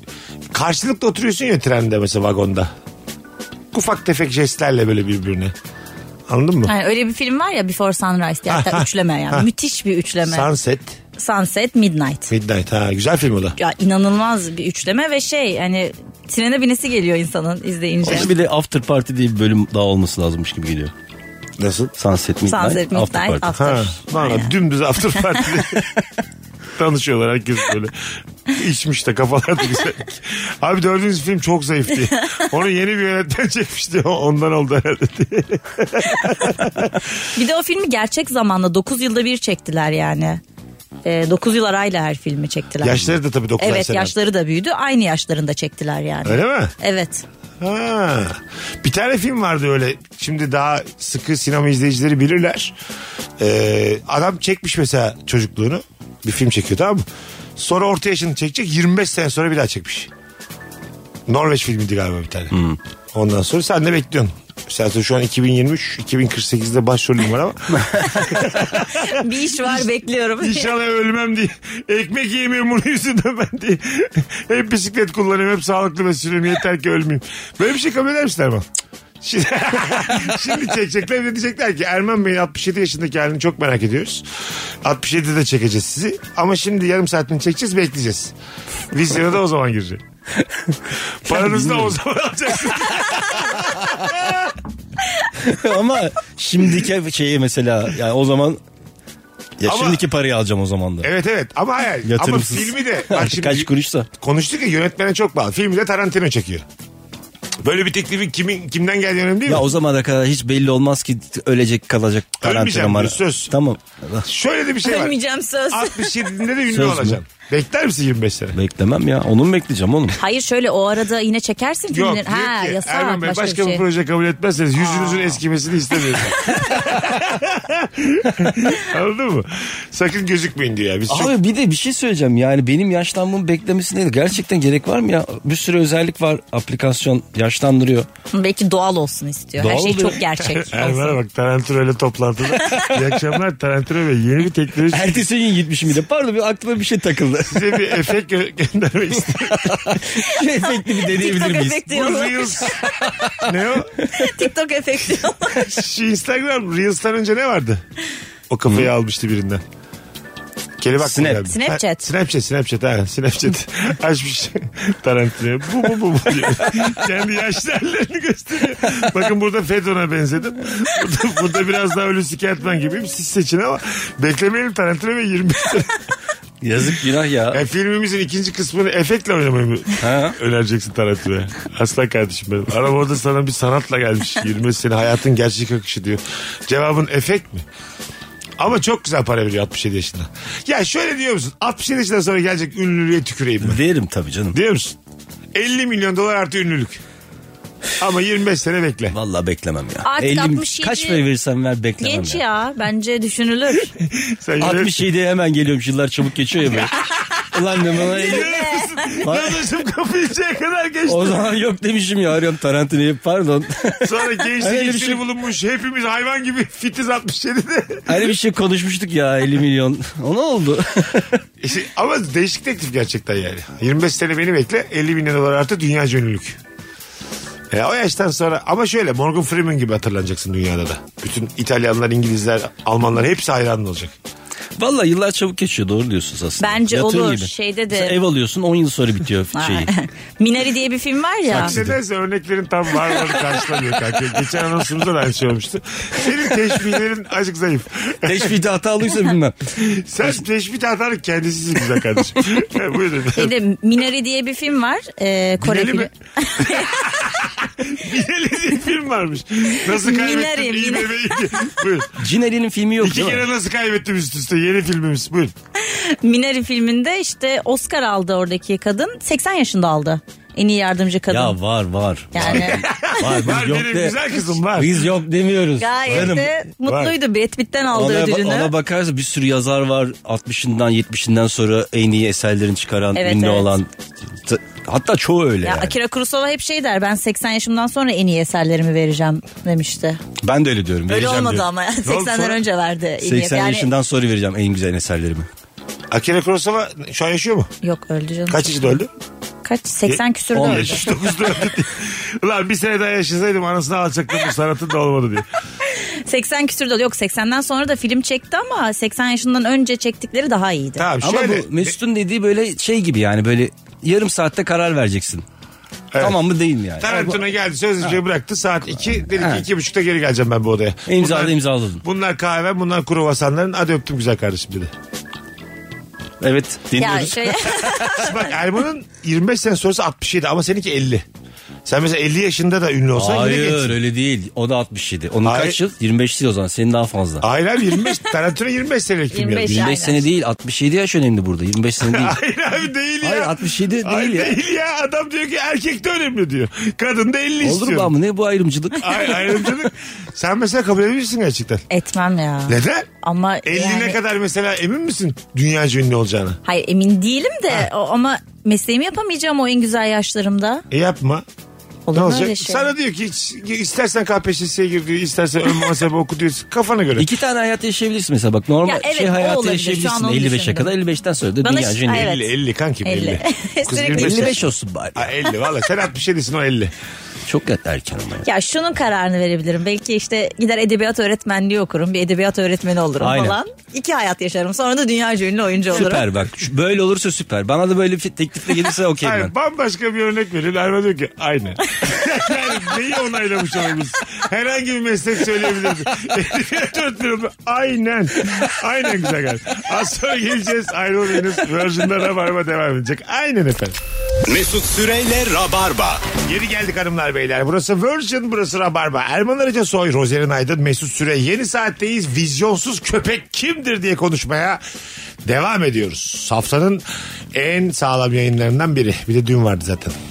S2: karşılıklı oturuyorsun ya trende mesela vagonda. Ufak tefek jestlerle böyle birbirine. Anladın mı?
S3: Yani Hani öyle bir film var ya Before Sunrise diye hatta üçleme yani. Müthiş bir üçleme.
S2: Sunset,
S3: Sunset Midnight.
S2: Midnight. Ha, güzel film o da.
S3: Ya inanılmaz bir üçleme ve şey hani trene binesi geliyor insanın izleyince.
S4: Bir de After Party diye bir bölüm daha olması lazımmış gibi geliyor.
S2: Nasıl?
S4: Sunset Midnight,
S3: Sunset
S4: After
S3: Midnight
S4: Party.
S3: After.
S2: Ha, valla
S3: Aynen.
S2: dümdüz after party'de tanışıyorlar herkes böyle. İçmiş de kafalar da güzel. Abi dördüncü film çok zayıf diye. Onu yeni bir yönetmen çekmişti. Ondan oldu herhalde diye.
S3: Bir de o filmi gerçek zamanla 9 yılda bir çektiler yani. 9 yıl arayla her filmi çektiler.
S2: Yaşları da tabii 90
S3: Evet
S2: sene.
S3: yaşları da büyüdü. Aynı yaşlarında çektiler yani.
S2: Öyle mi?
S3: Evet.
S2: Ha. Bir tane film vardı öyle. Şimdi daha sıkı sinema izleyicileri bilirler. Ee, adam çekmiş mesela çocukluğunu. Bir film çekiyor tamam mı? Sonra orta yaşını çekecek. 25 sene sonra bir daha çekmiş. Norveç filmiydi galiba bir tane. Ondan sonra sen de bekliyorsun. Sen şu an 2023, 2048'de başrolüm var ama
S3: Bir iş var bekliyorum.
S2: inşallah ölmem diye. Ekmek yiyemiyorum bunun yüzünden ben diye. Hep bisiklet kullanıyorum, hep sağlıklı besleniyorum yeter ki ölmeyeyim. Böyle bir şey kabul eder misin Erman? Şimdi, şimdi çekecekler ve diyecekler ki Erman Bey'in 67 yaşındaki halini çok merak ediyoruz. 67'de çekeceğiz sizi ama şimdi yarım saatini çekeceğiz bekleyeceğiz. Vizyona da o zaman girecek. Paranızı da o zaman alacaksınız.
S4: Ama şimdiki şeyi mesela yani o zaman ya
S2: Ama-
S4: şimdiki parayı alacağım o zaman da.
S2: Evet evet ama hayır. Ama
S4: Yatırımsız.
S2: filmi de. Bak
S4: Artık
S2: şimdi,
S4: Kaç kuruşsa.
S2: konuştuk ya yönetmene çok bağlı. Filmi de Tarantino çekiyor. Böyle bir teklifi kimin kimden geldiği önemli değil
S4: Ya
S2: mi?
S4: o zamana kadar hiç belli olmaz ki ölecek kalacak
S2: Ölmeyeceğim
S4: karantina var.
S2: diyor, söz.
S4: Tamam.
S2: Şöyle de bir şey var.
S3: Ölmeyeceğim söz.
S2: 67'inde de ünlü
S4: Söz mü?
S2: olacaksın. Bekler misin 25 sene?
S4: Beklemem ya. Onu mu bekleyeceğim oğlum?
S3: Hayır şöyle o arada yine çekersin
S2: Yok
S3: filmleri.
S2: diyor
S3: ha
S2: ki
S3: yasak
S2: Erman Bey
S3: başka,
S2: başka,
S3: bir
S2: bir
S3: şey.
S2: proje kabul etmezseniz yüzünüzün eskimesini istemiyoruz. Anladın mı? Sakın gözükmeyin diyor ya. Biz çok
S4: Abi bir de bir şey söyleyeceğim. Yani benim yaşlanmamı beklemesine de gerçekten gerek var mı ya? Bir sürü özellik var. Aplikasyon yaşlandırıyor.
S3: Belki doğal olsun istiyor. Her
S4: Doğal
S3: şey
S4: oluyor.
S3: çok gerçek olsun.
S2: Erman'a bak Tarantino ile toplantıda. İyi akşamlar Tarantino Bey. Yeni bir teknoloji
S4: Ertesi gün gitmişim bir de. Pardon bir aklıma bir şey takıldı.
S2: size bir efekt gö- göndermek istiyorum.
S4: Efekti bir deneyebilir
S3: TikTok
S4: miyiz?
S3: efekti
S2: Bu
S3: yolla.
S2: Reels. ne o?
S3: TikTok efekti yolla.
S2: Şu Instagram Reels'tan önce ne vardı? O kafayı almıştı birinden. Kelime bak
S4: Snap.
S3: Snapchat.
S2: Snapchat, Snapchat ha. Snapchat. Açmış Tarantino'ya. Bu bu bu bu diyor. Kendi yaşlarlarını gösteriyor. Bakın burada Fedon'a benzedim. Burada, burada biraz daha ölü sikertmen gibiyim. Siz seçin ama beklemeyelim Tarantino ve 25 sene.
S4: Yazık günah ya.
S2: Ya E, filmimizin ikinci kısmını efektle oynamayı
S4: Ha?
S2: önereceksin Tarantino'ya. Aslan kardeşim benim. Adam orada sana bir sanatla gelmiş. 20 sene hayatın gerçek akışı diyor. Cevabın efekt mi? Ama çok güzel para veriyor 67 yaşında. Ya şöyle diyor musun? 67 yaşından sonra gelecek ünlülüğe tüküreyim ben.
S4: Derim tabii canım.
S2: Diyor musun? 50 milyon dolar artı ünlülük. Ama 25 sene bekle.
S4: Vallahi beklemem ya.
S3: Artık
S4: 50
S3: 67
S4: kaç para verirsen ver beklemem
S3: Genç
S4: ya.
S3: ya bence düşünülür.
S2: Sen yine-
S4: 67 hemen geliyorum yıllar çabuk geçiyor ya böyle. Ulan ne bana elli-
S2: Görüyor musun? Yanlışım kapayıncaya kadar geçti.
S4: O zaman yok demişim ya arıyorum Tarantino'yu pardon.
S2: Sonra
S4: Öyle bir
S2: gençlik
S4: şey-
S2: şey... bulunmuş. Hepimiz hayvan gibi fitiz 67'de.
S4: Hani bir şey konuşmuştuk ya 50 milyon. O ne oldu?
S2: İşte E şey, Ama değişik teklif gerçekten yani. 25 sene beni bekle 50 bin dolar artı dünya ünlülük. E, o yaştan sonra ama şöyle Morgan Freeman gibi hatırlanacaksın dünyada da. Bütün İtalyanlar, İngilizler, Almanlar hepsi hayranın olacak.
S4: Vallahi yıllar çabuk geçiyor doğru diyorsunuz aslında.
S3: Bence
S4: Yatırım
S3: olur.
S4: gibi.
S3: Şeyde de-
S4: Mesela ev alıyorsun 10 yıl sonra bitiyor şeyi.
S3: Minari diye bir film var ya.
S2: Nedense örneklerin tam var var karşılamıyor kanka. Geçen anonsumuzda da aynı şey olmuştu. Senin teşbihlerin azıcık zayıf. E,
S4: Teşbihte hatalıysa bilmem.
S2: Sen teşbih atarın kendisisin güzel kardeşim. E, Buyurun.
S3: Şeyde Minari diye bir film var. Ee, Kore
S2: Bineli
S3: filmi.
S2: mi? Bineli diye bir film varmış. Nasıl kaybettim
S3: Minerim,
S2: iyi
S3: mine-
S2: bebeği diye. Buyurun.
S4: Cin Ali'nin filmi yok
S2: İki
S4: değil mi?
S2: kere nasıl kaybettim üst üste yeni filmimiz. Buyurun.
S3: Minari filminde işte Oscar aldı oradaki kadın. 80 yaşında aldı. En iyi yardımcı kadın.
S4: Ya var var.
S3: yani
S4: Var, var,
S2: Var
S4: yok
S2: benim
S4: de-
S2: güzel kızım var.
S4: Biz yok demiyoruz.
S3: gayet
S4: Canım,
S3: de mutluydu. Brad Pitt'ten aldı
S4: Ona,
S3: ödülünü.
S4: ona bakarsa bir sürü yazar var 60'ından 70'inden sonra en iyi eserlerini çıkaran,
S3: Evet,
S4: ünlü
S3: evet.
S4: olan. T- Hatta çoğu öyle
S3: ya
S4: yani.
S3: Akira Kurosawa hep şey der ben 80 yaşımdan sonra en iyi eserlerimi vereceğim demişti.
S4: Ben de öyle diyorum.
S3: Öyle
S4: vereceğim
S3: olmadı
S4: diyorum.
S3: ama
S2: sonra?
S3: 80'den önce verdi. en iyi.
S4: 80
S3: Yani-
S4: yaşından sonra vereceğim en güzel eserlerimi.
S2: Akira Kurosawa şu an yaşıyor mu?
S3: Yok öldü canım.
S2: Kaç yaşında öldü?
S3: Kaç? 80 küsürde
S4: on
S3: öldü.
S4: beş.
S2: 9'da öldü. Ulan bir sene daha yaşasaydım anasını alacaktım bu sanatın da olmadı diye.
S3: 80 küsürde öldü. Yok 80'den sonra da film çekti ama 80 yaşından önce çektikleri daha iyiydi.
S2: Tamam
S4: Ama
S2: şöyle.
S4: bu Mesut'un dediği böyle şey gibi yani böyle yarım saatte karar vereceksin.
S2: Evet.
S4: Tamam mı değil mi yani?
S2: Tarantino geldi sözleşmeyi bıraktı saat 2 dedi ki
S4: Ha.
S2: iki buçukta geri geleceğim ben bu odaya.
S4: İmzaladı, imzaladın.
S2: Bunlar kahve bunlar kuru vasanların hadi öptüm güzel kardeşim dedi.
S4: Evet
S3: Ya
S4: dinliyoruz.
S3: şey
S2: Bak Erman'ın 25 sene sonrası 67 ama seninki 50. Sen mesela 50 yaşında da ünlü olsan yine
S4: Hayır
S2: geçsin.
S4: öyle değil. O da 67. Onun
S2: Hayır.
S4: kaç yıl? 25 yıl o zaman. Senin daha fazla.
S2: Hayır abi 25 Tarantino 25 senelik film
S3: 25
S2: 25.
S4: 25
S3: aynen.
S4: sene değil 67 yaş önemli burada. 25 sene değil.
S2: Hayır abi değil ya.
S4: Hayır 67 değil
S2: Hayır
S4: ya.
S2: değil ya. Adam diyor ki erkek de önemli diyor. Kadın da 50
S4: Olur mu
S2: istiyor.
S4: ama ne bu ayrımcılık?
S2: Hayır ayrımcılık. Sen mesela kabul edebilirsin gerçekten.
S3: etmem ya.
S2: Neden?
S3: Ama
S2: 50'ne
S3: yani,
S2: kadar mesela emin misin dünya ünlü olacağına?
S3: hayır emin değilim de o, ama mesleğimi yapamayacağım o en güzel yaşlarımda.
S2: E yapma.
S3: Olur
S2: Ne
S3: mu
S2: olacak?
S3: öyle şey?
S2: Sana diyor ki hiç- istersen KPSS'ye gir diyor, istersen ön muhasebe oku diyor. Kafana göre.
S4: İki tane hayat yaşayabilirsin mesela bak normal
S3: Ya evet,
S4: şey
S3: o
S4: hayatı
S3: olabilir. Şu an
S4: yaşayabilirsin
S3: onu
S4: 55'e
S3: düşündüm.
S4: kadar 55'ten sonra da
S3: Bana
S4: dünya
S3: şu-
S4: cenneti.
S3: Evet.
S2: 50 50 kankim 50.
S3: 50.
S2: Kız
S3: Sürekli
S2: 25
S4: 55 olsun bari.
S2: Ha, 50 valla sen 67'sin o 50.
S4: Çok erken ama. ya.
S3: Ya şunun kararını verebilirim. Belki işte gider edebiyat öğretmenliği okurum. Bir edebiyat öğretmeni olurum
S4: Aynen.
S3: falan. İki hayat yaşarım. Sonra da dünya ünlü oyuncu olurum.
S4: Süper bak. Şu- Böyle olursa süper. Bana da böyle bir teklifle gelirse okey ben.
S2: Hayır, bambaşka bir örnek verin. Erman diyor ki aynı. yani neyi onaylamış olabiliriz? Herhangi bir meslek söyleyebiliriz. Edebiyat öğretmenim aynen. Aynen güzel kardeşim. Az sonra geleceğiz. Ayrılmayınız. Virgin'de Rabarba devam edecek. Aynen efendim.
S1: Mesut Süreyle Rabarba.
S2: Geri geldik hanımlar beyler. Burası Virgin, burası Rabarba. Erman Arıca Soy, Rozerin Aydın, Mesut Süre. Yeni saatteyiz. Vizyonsuz köpek kimdir diye konuşmaya devam ediyoruz. Haftanın en sağlam yayınlarından biri. Bir de dün vardı zaten.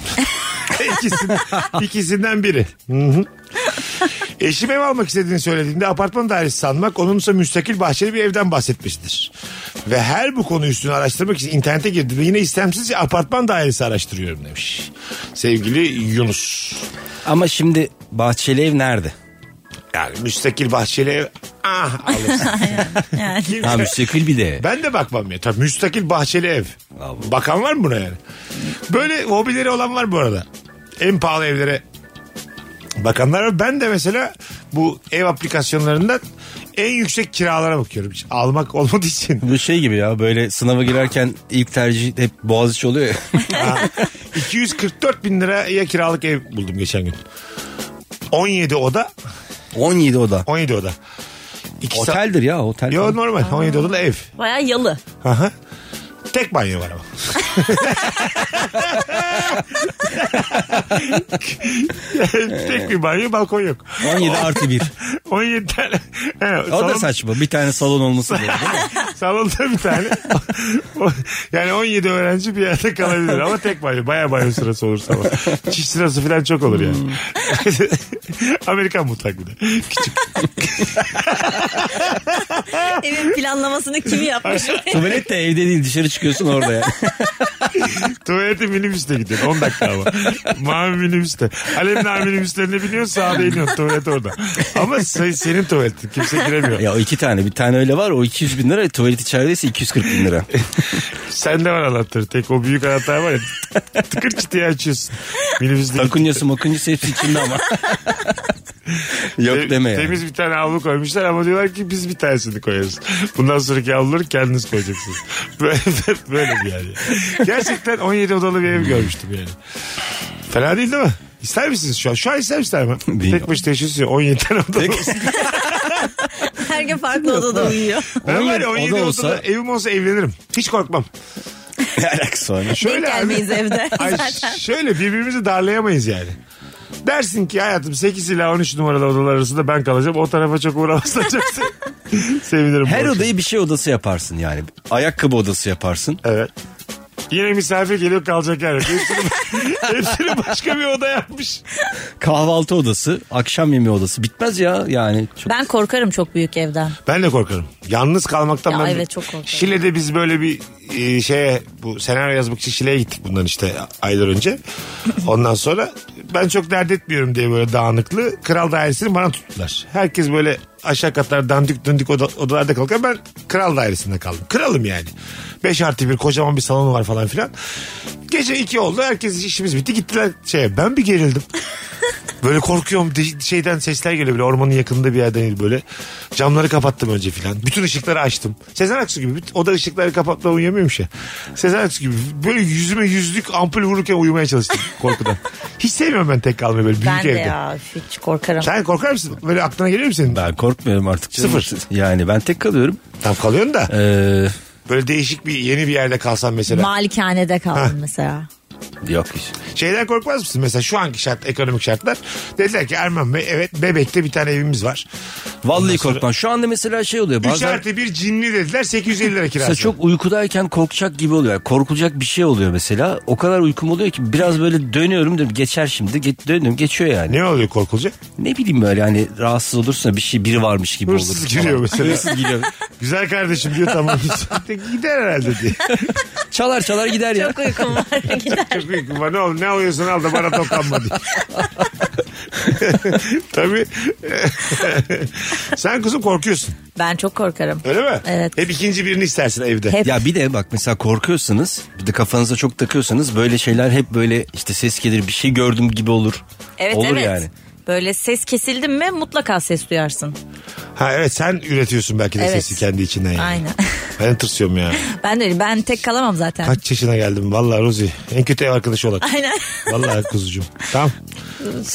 S2: İkisinden, ikisinden biri. Hı hı. Eşim ev almak istediğini söylediğinde apartman dairesi sanmak onunsa müstakil bahçeli bir evden bahsetmiştir. Ve her bu konu üstünü araştırmak için internete girdi ve yine istemsizce apartman dairesi araştırıyorum demiş. Sevgili Yunus.
S4: Ama şimdi bahçeli ev nerede?
S2: Yani müstakil bahçeli ev ah alırsın. Kimse-
S4: Ha müstakil bir de.
S2: Ben de bakmam ya. Tabii müstakil bahçeli ev.
S4: Abi.
S2: Bakan var mı buna yani? Böyle hobileri olan var bu arada. En pahalı evlere bakanlar var. Ben de mesela bu ev aplikasyonlarından en yüksek kiralara bakıyorum. Hiç almak olmadığı için.
S4: Bu şey gibi ya böyle sınava girerken ilk tercih hep Boğaziçi oluyor ya.
S2: Ha, 244 bin liraya kiralık ev buldum geçen gün. 17 oda,
S4: 17 oda.
S2: 17 oda. İki sa-
S4: Oteldir ya otel.
S2: Yo normal 17 odalı ev.
S3: Baya yalı.
S2: Aha. Tek banyo var ama. Yani Tek bir banyo balkon yok.
S4: 17 artı 1.
S2: 17 tane. He,
S4: O
S2: salon-
S4: da saçma. Bir tane salon olması böyle.
S2: Salonda bir tane. O- yani 17 öğrenci bir yerde kalabilir ama tek banyo. Baya banyo sırası olur salon. Çiş sırası falan çok olur
S4: Hmm.
S2: yani. Amerikan mutfak bir de. Küçük.
S3: Evin planlamasını kim yapmış?
S4: Tuvalet de evde değil dışarı çıkıyorsun orada ya.
S2: Tuvalete minibüste gidiyorsun 10 dakika ama. Mavi minibüste. Alemdar minibüslerine biniyorsun sağda iniyorsun tuvalet orada. Ama se- senin tuvaletin kimse giremiyor.
S4: ya o iki tane bir tane öyle var o 200 bin lira tuvalet içerideyse 240 bin lira.
S2: Sende var anahtar tek o büyük anahtar var ya tıkır çıtıya açıyorsun. Minibüste
S4: Takunyası makunyası hepsi içinde ama. Yok deme ya.
S2: Temiz bir tane havlu koymuşlar ama diyorlar ki biz bir tanesini koyarız. Bundan sonraki havluları kendiniz koyacaksınız. Böyle, böyle bir yani. Gerçekten 17 odalı bir ev görmüştüm yani. Fena değil değil mi? İster misiniz şu an? Şu an ister mister mi?
S4: Bilmiyorum.
S2: Tek başına yaşıyorsun ya, 17 tane odalı.
S3: Her gün farklı odada uyuyor.
S2: Ben var
S4: 17
S2: ya 17
S4: oda
S2: odalı
S4: olsa-
S2: evim olsa evlenirim. Hiç korkmam.
S4: Ne alakası var? ya?
S3: Denk
S2: abi-
S3: gelmeyiz evde
S2: Ay,
S3: zaten.
S2: şöyle birbirimizi darlayamayız yani. Dersin ki hayatım 8 ila 13 numaralı odalar arasında ben kalacağım. O tarafa çok uğramazlar çok se- sevinirim.
S4: Her
S2: Borçum.
S4: odayı bir şey odası yaparsın yani. Ayakkabı odası yaparsın.
S2: Evet. Yine misafir geliyor kalacak yer yok. Hepsini, hepsini başka bir oda yapmış.
S4: Kahvaltı odası, akşam yemeği odası. Bitmez ya yani. Çok...
S3: Ben korkarım çok büyük evden.
S2: Ben de korkarım. Yalnız kalmaktan
S3: Ya
S2: ben...
S3: evet, çok korkarım.
S2: Şile'de biz böyle bir e, şeye bu senaryo yazmak için Şile'ye gittik bundan işte aylar önce. Ondan sonra ben çok dert etmiyorum diye böyle dağınıklı kral dairesini bana tuttular. Herkes böyle aşağı katlar dandik dandik oda- odalarda kalırken ben kral dairesinde kaldım. Kralım yani. 5 artı bir kocaman bir salonu var falan filan. Gece 2 oldu herkes işimiz bitti gittiler şeye ben bir gerildim. Böyle korkuyorum de- şeyden sesler geliyor böyle ormanın yakınında bir yerden geliyor böyle. Camları kapattım önce filan. Bütün ışıkları açtım. Sezen Aksu gibi o da ışıkları kapatma uyuyamıyormuş ya. Sezen Aksu gibi böyle yüzüme yüzlük ampul vururken uyumaya çalıştım korkudan. Hiç sevmiyorum ben tek kalmayı böyle büyük
S3: ben de
S2: evde.
S3: ya hiç korkarım.
S2: Sen korkar mısın? Böyle aklına geliyor mu senin?
S4: Ben korkmuyorum artık. canım.
S2: Sıfır.
S4: Yani ben tek kalıyorum.
S2: Tam kalıyorsun da.
S4: Ee,
S2: Böyle değişik bir yeni bir yerde kalsan mesela.
S3: Malikanede kaldım mesela.
S4: yok hiç.
S2: Şeyden korkmaz mısın? Mesela şu anki şart, ekonomik şartlar. Dediler ki Erman Bey evet Bebek'te bir tane evimiz var.
S4: Vallahi korkmam. Şu anda mesela şey oluyor.
S2: 3
S4: Bazen
S2: artı bir cinli dediler 850 lira kirası.
S4: Mesela çok uykudayken korkacak gibi oluyor. Yani korkulacak bir şey oluyor mesela. O kadar uykum oluyor ki biraz böyle dönüyorum diyorum geçer şimdi. Ge- dönüyorum geçiyor yani. Ne?
S2: Ne oluyor korkulacak?
S4: bileyim böyle hani rahatsız olursa bir şey biri varmış gibi
S2: Hırsız
S4: olur.
S2: giriyor mesela.
S4: Hırsız giriyor.
S2: Güzel kardeşim diyor tamam. Gider herhalde diye.
S4: Çalar çalar gider ya.
S3: Çok uykum var gider.
S2: Çok uykum var. Ne, ol, ne alıyorsun al da bana dokanma diye. Tabii. Sen kızım korkuyorsun.
S3: Ben çok korkarım.
S2: Öyle mi?
S3: Evet.
S2: Hep ikinci birini istersin evde.
S3: Hep.
S4: Ya bir de bak mesela korkuyorsanız bir de kafanıza çok takıyorsanız böyle şeyler hep böyle işte ses gelir bir şey gördüm gibi olur.
S3: Evet
S4: olur
S3: evet.
S4: yani.
S3: Böyle ses kesildi mi mutlaka ses duyarsın.
S2: Ha evet sen üretiyorsun belki de
S3: Evet.
S2: sesi kendi içinden yani.
S3: Aynen.
S2: Ben tırsıyorum ya.
S3: Ben de öyle. Ben tek kalamam zaten.
S2: Kaç yaşına geldim vallahi Rozi. En kötü ev arkadaşı olak.
S3: Aynen.
S2: Vallahi kuzucuğum. Tamam.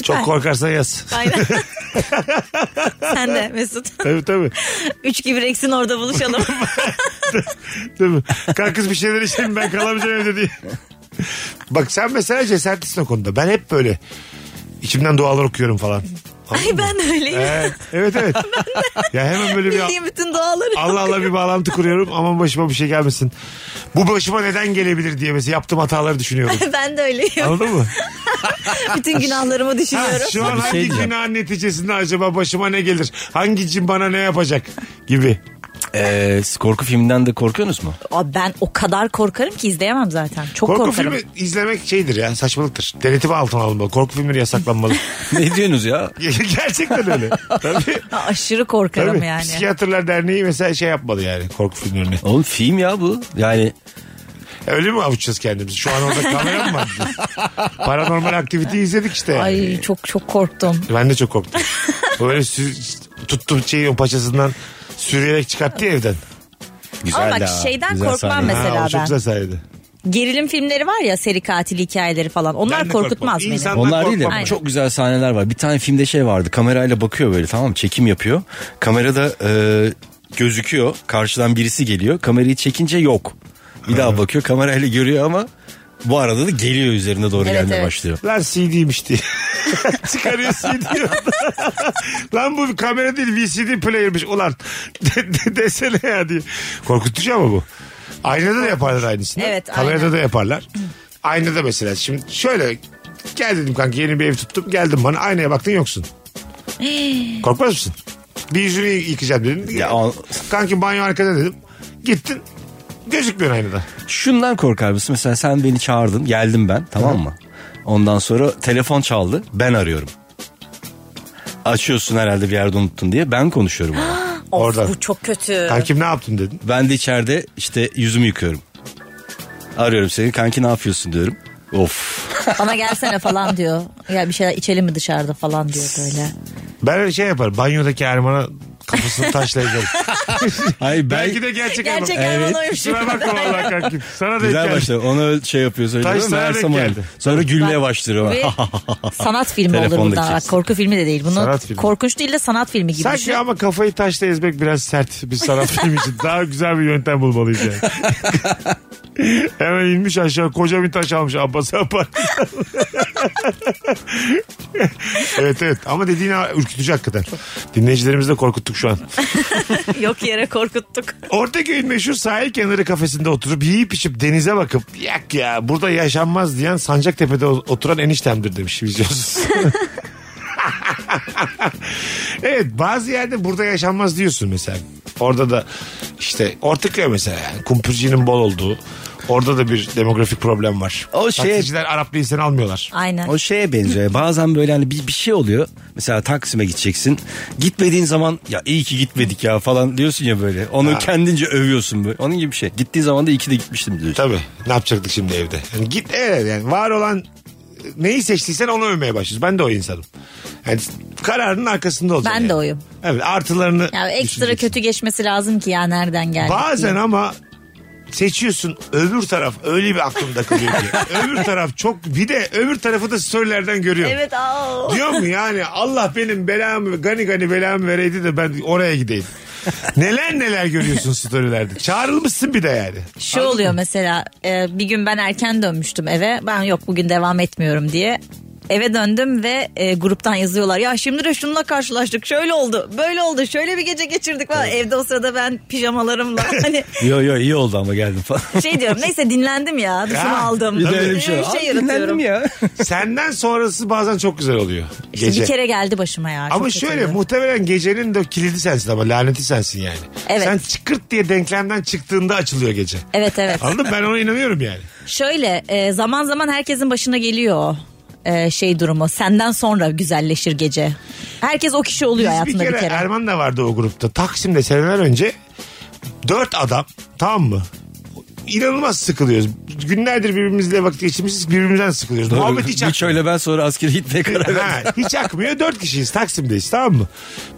S2: Çok korkarsan yaz.
S3: Aynen. Sen de Mesut.
S2: tabii tabii.
S3: Üç gibi Rex'in orada buluşalım.
S2: Değil mi? Kalk kız bir şeyler içelim ben kalamayacağım evde diye. Bak sen mesela cesaretlisin o konuda. Ben hep böyle içimden dualar okuyorum falan.
S3: Ay ben de öyleyim.
S2: Evet evet. evet. ya hemen böyle Ee, bir
S3: Bildiğim bütün duaları.
S2: Allah Allah bir bağlantı kuruyorum. Aman başıma bir şey gelmesin. Bu başıma neden gelebilir diye mesela yaptığım hataları düşünüyorum.
S3: ben de öyleyim.
S2: Anladın mı?
S3: bütün günahlarımı
S2: Ha,
S3: düşünüyorum.
S2: şu an
S4: Bir şey
S2: hangi
S4: diyeceğim.
S2: günahın neticesinde acaba başıma ne gelir? Hangi cin bana ne yapacak? Gibi.
S4: Ee, siz korku filminden de korkuyorsunuz mu?
S3: Aa, ben o kadar korkarım ki izleyemem zaten. Çok
S2: Korku
S3: korkarım.
S2: filmi izlemek şeydir ya saçmalıktır. Denetim altına alınmalı. Korku filmleri yasaklanmalı.
S4: ne diyorsunuz ya?
S2: Gerçekten öyle. Tabii.
S3: Aa, aşırı korkarım
S2: Tabii.
S3: yani.
S2: Psikiyatrlar Derneği mesela şey yapmalı yani korku filmlerini.
S4: Oğlum film ya bu. Yani
S2: Öyle mi avuçacağız kendimizi? Şu an orada kamera mı var? Paranormal aktiviteyi izledik işte.
S3: Ay çok çok korktum.
S2: Ben de çok korktum. Böyle sü- tuttum şeyi o paçasından sürüyerek çıkarttı ya evden.
S4: güzel
S3: Ama bak
S4: ha.
S3: şeyden
S4: Güzel
S3: korkmam
S4: sahne.
S3: mesela.
S2: Ha, o çok
S3: ben.
S2: güzel sahneydi.
S3: Gerilim filmleri var ya seri katil hikayeleri falan. Onlar
S2: Ben de korkmam.
S3: korkutmaz beni.
S2: İnsan-
S4: Onlar değil de
S2: Korkmam.
S4: çok güzel sahneler var. Bir tane filmde şey vardı. Kamerayla bakıyor böyle tamam mı? Çekim yapıyor. Kamerada e, gözüküyor. Karşıdan birisi geliyor. Kamerayı çekince yok. Bir daha bakıyor kamerayla görüyor ama bu arada da geliyor üzerine doğru
S3: Evet,
S4: gelmeye
S3: evet.
S4: başlıyor.
S2: Lan CD'ymiş diye. Çıkarıyor CD. 'yi. Lan bu bir kamera değil VCD player'mış. Ulan de, de- desene ya diye. Korkutucu ama bu. Aynada da yaparlar aynısını.
S3: Evet,
S2: Kamerada
S3: aynen.
S2: da yaparlar. Aynada mesela şimdi şöyle gel dedim kanka yeni bir ev tuttum geldim bana aynaya baktın yoksun. Korkmaz mısın? Bir yüzünü yıkayacağım dedim.
S4: Ya o-
S2: Kanki banyo arkada dedim. Gittin gözükmüyor aynada.
S4: Şundan korkar mısın? Mesela sen beni çağırdın geldim ben tamam mı? Ondan sonra telefon çaldı ben arıyorum. Açıyorsun herhalde bir yerde unuttun diye ben konuşuyorum ona.
S3: Of,
S2: Orada.
S3: Bu çok kötü.
S2: Kankim ne yaptın dedim.
S4: Ben de içeride işte yüzümü yıkıyorum. Arıyorum seni kanki ne yapıyorsun diyorum. Of.
S3: Bana gelsene falan diyor. Ya bir şeyler içelim mi dışarıda falan diyor böyle.
S2: Ben öyle şey yaparım. Banyodaki Erman'a kafasını taşlayacağım.
S4: Hayır
S2: Belki de gerçek Erman.
S3: Gerçek Erman
S4: Evet.
S3: oymuş.
S2: Kusura bakma valla kankim. Sana da
S4: Güzel
S2: geldi.
S4: başladı. Ona öyle şey yapıyor söylüyor.
S2: sana
S4: Meğersem
S2: denk
S4: öyle.
S2: geldi.
S4: Sonra gülmeye başlıyor.
S3: Ve sanat filmi olur
S4: Telefondaki
S3: bundan. Bak,
S4: işte.
S3: Korku filmi de değil. Bunu
S2: Sanat filmi.
S3: korkunç değil de sanat filmi gibi. düşün.
S2: Sanki ama kafayı taşla ezmek biraz sert bir sanat filmi için. Daha güzel bir yöntem bulmalıyız yani. Hemen inmiş aşağı koca bir taş almış Abbas Abbas. evet evet ama dediğin ürkütücü hakikaten. Dinleyicilerimizi de korkuttuk şu an.
S3: Yok yere korkuttuk.
S2: Ortaköy'ün meşhur sahil kenarı kafesinde oturup yiyip içip denize bakıp yak ya burada yaşanmaz diyen Sancaktepe'de o- oturan eniştemdir demiş vizyonsuz. evet bazı yerde burada yaşanmaz diyorsun mesela. Orada da işte Ortaköy mesela yani kumpircinin bol olduğu. Orada da bir demografik problem var.
S4: O şey-
S2: Taksiciler Araplı insan almıyorlar.
S3: Aynen.
S4: O şeye benziyor. Bazen böyle hani bir, bir şey oluyor. Mesela Taksim'e gideceksin. Gitmediğin zaman ya iyi ki gitmedik ya falan diyorsun ya böyle. Onu kendince övüyorsun böyle. Onun gibi bir şey. Gittiğin zaman da iyi ki de gitmiştim diyorsun.
S2: Tabii. Ne yapacaktık şimdi evde? Yani git evet yani var olan neyi seçtiysen onu övmeye başlıyoruz. Ben de o insanım. Yani kararının arkasında olacağım.
S3: Ben
S2: yani.
S3: de oyum.
S2: Evet artılarını
S3: Ya ekstra
S2: düşüneceksin.
S3: kötü geçmesi lazım ki ya nereden geldi.
S2: Bazen ama seçiyorsun öbür taraf öyle bir aklımda kalıyor ki. öbür taraf çok bir de öbür tarafı da storylerden görüyorum.
S3: Evet aa.
S2: Diyor mu yani Allah benim belamı gani gani belamı vereydi de ben oraya gideyim. neler neler görüyorsun storylerde. Çağrılmışsın bir de yani.
S3: Şu oluyor mesela e, bir gün ben erken dönmüştüm eve. Ben yok bugün devam etmiyorum diye. Eve döndüm ve e, gruptan yazıyorlar. Ya şimdi de şununla karşılaştık. Şöyle oldu. Böyle oldu. Şöyle bir gece geçirdik falan. Evde o sırada ben pijamalarımla hani
S4: Yo yo iyi oldu ama geldim falan.
S3: şey diyorum. Neyse dinlendim ya. Duşumu
S2: Ya,
S3: aldım.
S4: Bir de öyle bir şey.
S3: Ee,
S4: var. Aa,
S3: yaratıyorum.
S4: dinlendim ya.
S2: Senden sonrası bazen çok güzel oluyor.
S3: İşte
S2: gece.
S3: bir kere geldi başıma ya.
S2: Ama
S3: Çok
S2: şöyle
S3: kötüydü.
S2: muhtemelen gecenin de kilidi sensin ama laneti sensin yani.
S3: Evet.
S2: Sen çıkırt diye denklemden çıktığında açılıyor gece.
S3: Evet evet.
S2: Anladın mı? Ben ona inanıyorum yani.
S3: Şöyle e, zaman zaman herkesin başına geliyor o, e, şey durumu. Senden sonra güzelleşir gece. Herkes o kişi
S2: Biz
S3: oluyor
S2: bir
S3: hayatında
S2: kere, er-
S3: bir kere.
S2: Erman da vardı o grupta. Taksim'de seneler önce dört adam tamam mı? İnanılmaz sıkılıyoruz. Günlerdir birbirimizle vakit geçirmişiz birbirimizden sıkılıyoruz. Muhabbet hiç
S4: Hiç öyle ben sonra askere gitmeye karar verdim.
S2: Ha, hiç akmıyor. Dört kişiyiz. Taksim'deyiz tamam mı?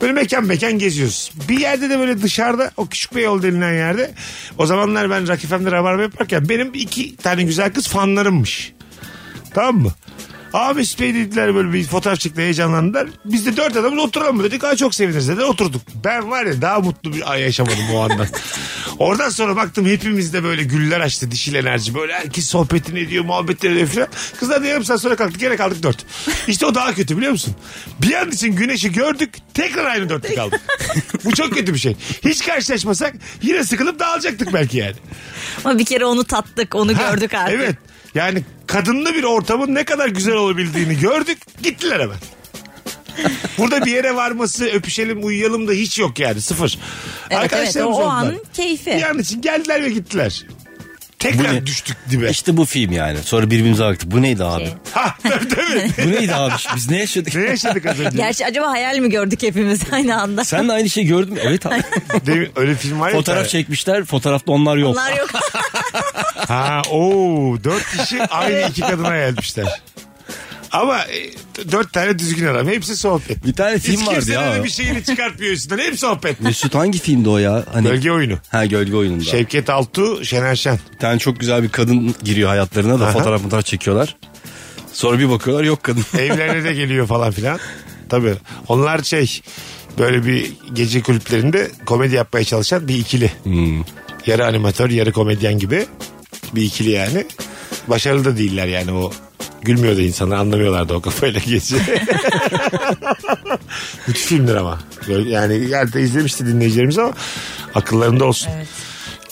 S2: Böyle mekan mekan geziyoruz. Bir yerde de böyle dışarıda o küçük bir yol denilen yerde o zamanlar ben Rock FM'de rabarba yaparken benim iki tane güzel kız fanlarımmış. Tamam mı? Abi Mesut Bey dediler böyle bir fotoğraf çekti heyecanlandılar. Biz de dört adamız oturalım mı dedik. Aa çok seviniriz dediler oturduk. Ben var ya daha mutlu bir ay yaşamadım o andan. Oradan sonra baktım hepimizde böyle güller açtı dişil enerji. Böyle herkes sohbetini ediyor muhabbetleri ediyor falan. Kızlar da yarım saat sonra kalktık gene kaldık dört. İşte o daha kötü biliyor musun? Bir an için güneşi gördük tekrar aynı dörtlük kaldık. Bu çok kötü bir şey. Hiç karşılaşmasak yine sıkılıp dağılacaktık belki yani.
S3: Ama bir kere onu tattık, onu
S2: Ha,
S3: gördük artık.
S2: Evet. Yani kadınlı bir ortamın ne kadar güzel olabildiğini gördük. Gittiler hemen. Burada bir yere varması, öpüşelim, uyuyalım da hiç yok yani. Sıfır.
S3: Evet,
S2: Arkadaşlarımız
S3: evet, o, o
S2: oldular.
S3: anın keyfi.
S2: Bir an için geldiler ve gittiler. Tekrar
S4: Bu ne?
S2: düştük dibe.
S4: İşte bu film yani. Sonra birbirimize baktık. Bu neydi abi?
S3: Şey.
S2: Ha, tabii, tabii.
S4: Bu neydi abi? Biz ne yaşadık?
S2: ne yaşadık az önce?
S3: Gerçi acaba hayal mi gördük hepimiz aynı anda?
S4: Sen de aynı şeyi gördün mü? Evet abi.
S2: Demin- öyle film var ya. bir
S4: Fotoğraf şey-
S2: tane.
S4: çekmişler. Fotoğrafta onlar yok.
S3: Bunlar yok.
S2: Ha, ooo dört kişi aynı iki kadına gelmişler. Ama e, dört tane düzgün adam. Hepsi sohbet.
S4: Bir tane film
S2: Hiç
S4: vardı
S2: kimse
S4: ya.
S2: de bir şeyini çıkartmıyor üstünden. Hep sohbet.
S4: Mesut hangi filmdi o ya? Hani...
S2: Bölge oyunu.
S4: Ha gölge oyununda.
S2: Şevket Altu, Şener Şen.
S4: Bir tane çok güzel bir kadın giriyor hayatlarına da
S2: Aha.
S4: fotoğraf fotoğraf çekiyorlar. Sonra bir bakıyorlar yok kadın.
S2: Evlerine de geliyor falan filan. Tabii. Onlar şey böyle bir gece kulüplerinde komedi yapmaya çalışan bir ikili. Yarı animatör, yarı komedyen gibi. bir ikili yani. Başarılı da değiller yani o Gülmüyor da insanlar anlamıyorlar da o kafayla geçiyor. Müthiş filmdir ama. Böyle Yani yerde izlemişti dinleyicilerimiz ama akıllarında olsun.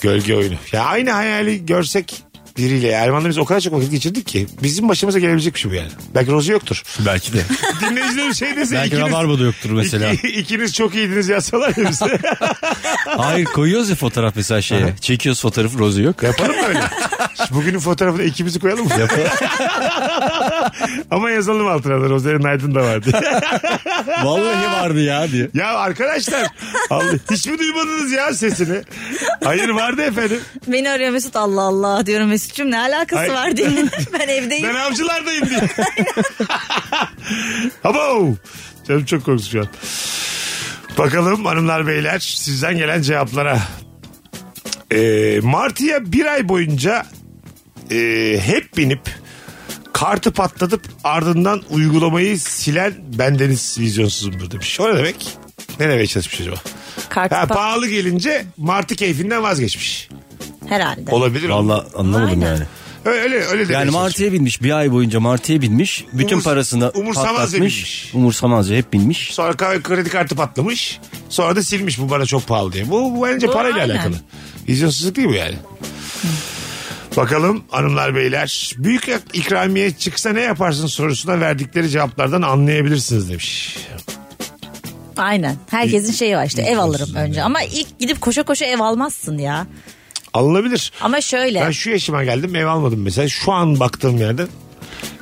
S2: Gölge oyunu. Ya aynı hayali görsek biriyle Erman'la biz o kadar çok vakit geçirdik ki bizim başımıza gelebilecek bir şey bu yani. Belki Rozi yoktur.
S4: Belki de.
S2: Dinleyicilerim şey dese
S4: Belki Rabarba da yoktur mesela.
S2: iki- ikiniz çok iyiydiniz yazsalar ya bize.
S4: Hayır koyuyoruz ya fotoğraf mesela şeye. Çekiyoruz fotoğrafı Rozi yok.
S2: Yapalım mı öyle? Şu Bugünün fotoğrafını ikimizi koyalım mı? Ama yazalım altına da Rozerin Aydın da vardı.
S4: Vallahi vardı ya diye.
S2: Ya arkadaşlar Allah, hiç mi duymadınız ya sesini? Hayır vardı efendim.
S3: Beni arıyor Mesut Allah Allah diyorum Mesut'cum ne alakası
S2: Ay.
S3: var diye. ben evdeyim.
S2: Ben avcılardayım diye. Abo. Canım çok korktu şu an. Bakalım hanımlar beyler sizden gelen cevaplara. Ee, Martı'ya bir ay boyunca e, hep binip kartı patlatıp ardından uygulamayı silen bendeniz vizyonsuzumdur demiş. O ne demek? Ne demek çalışmış acaba?
S3: Kartı
S2: Ha,
S3: pat-
S2: pahalı gelince Martı keyfinden vazgeçmiş.
S3: Herhalde.
S2: Olabilir. mi?
S4: Valla anlamadım
S3: Aynen.
S4: yani.
S2: Öyle öyle, öyle demeye
S4: Yani
S2: çalışmış.
S4: martıya binmiş bir ay boyunca martıya binmiş. Bütün
S2: Umurs-
S4: parasını
S2: umursamazca
S4: patlatmış.
S2: binmiş.
S4: Umursamazca hep binmiş.
S2: Sonra ka- kredi kartı patlamış. Sonra da silmiş bu bana çok pahalı diye. Bu, bu bence
S3: Bu
S2: parayla
S3: aynen.
S2: alakalı. Vizyonsuzluk değil bu yani. Bakalım hanımlar beyler. Büyük ikramiye çıksa ne yaparsın sorusuna verdikleri cevaplardan anlayabilirsiniz demiş.
S3: Aynen. Herkesin şeyi var işte ev alırım önce. Ama ilk gidip koşa koşa ev almazsın ya.
S2: Alınabilir.
S3: Ama şöyle.
S2: Ben şu yaşıma geldim ev almadım mesela. Şu an baktığım yerden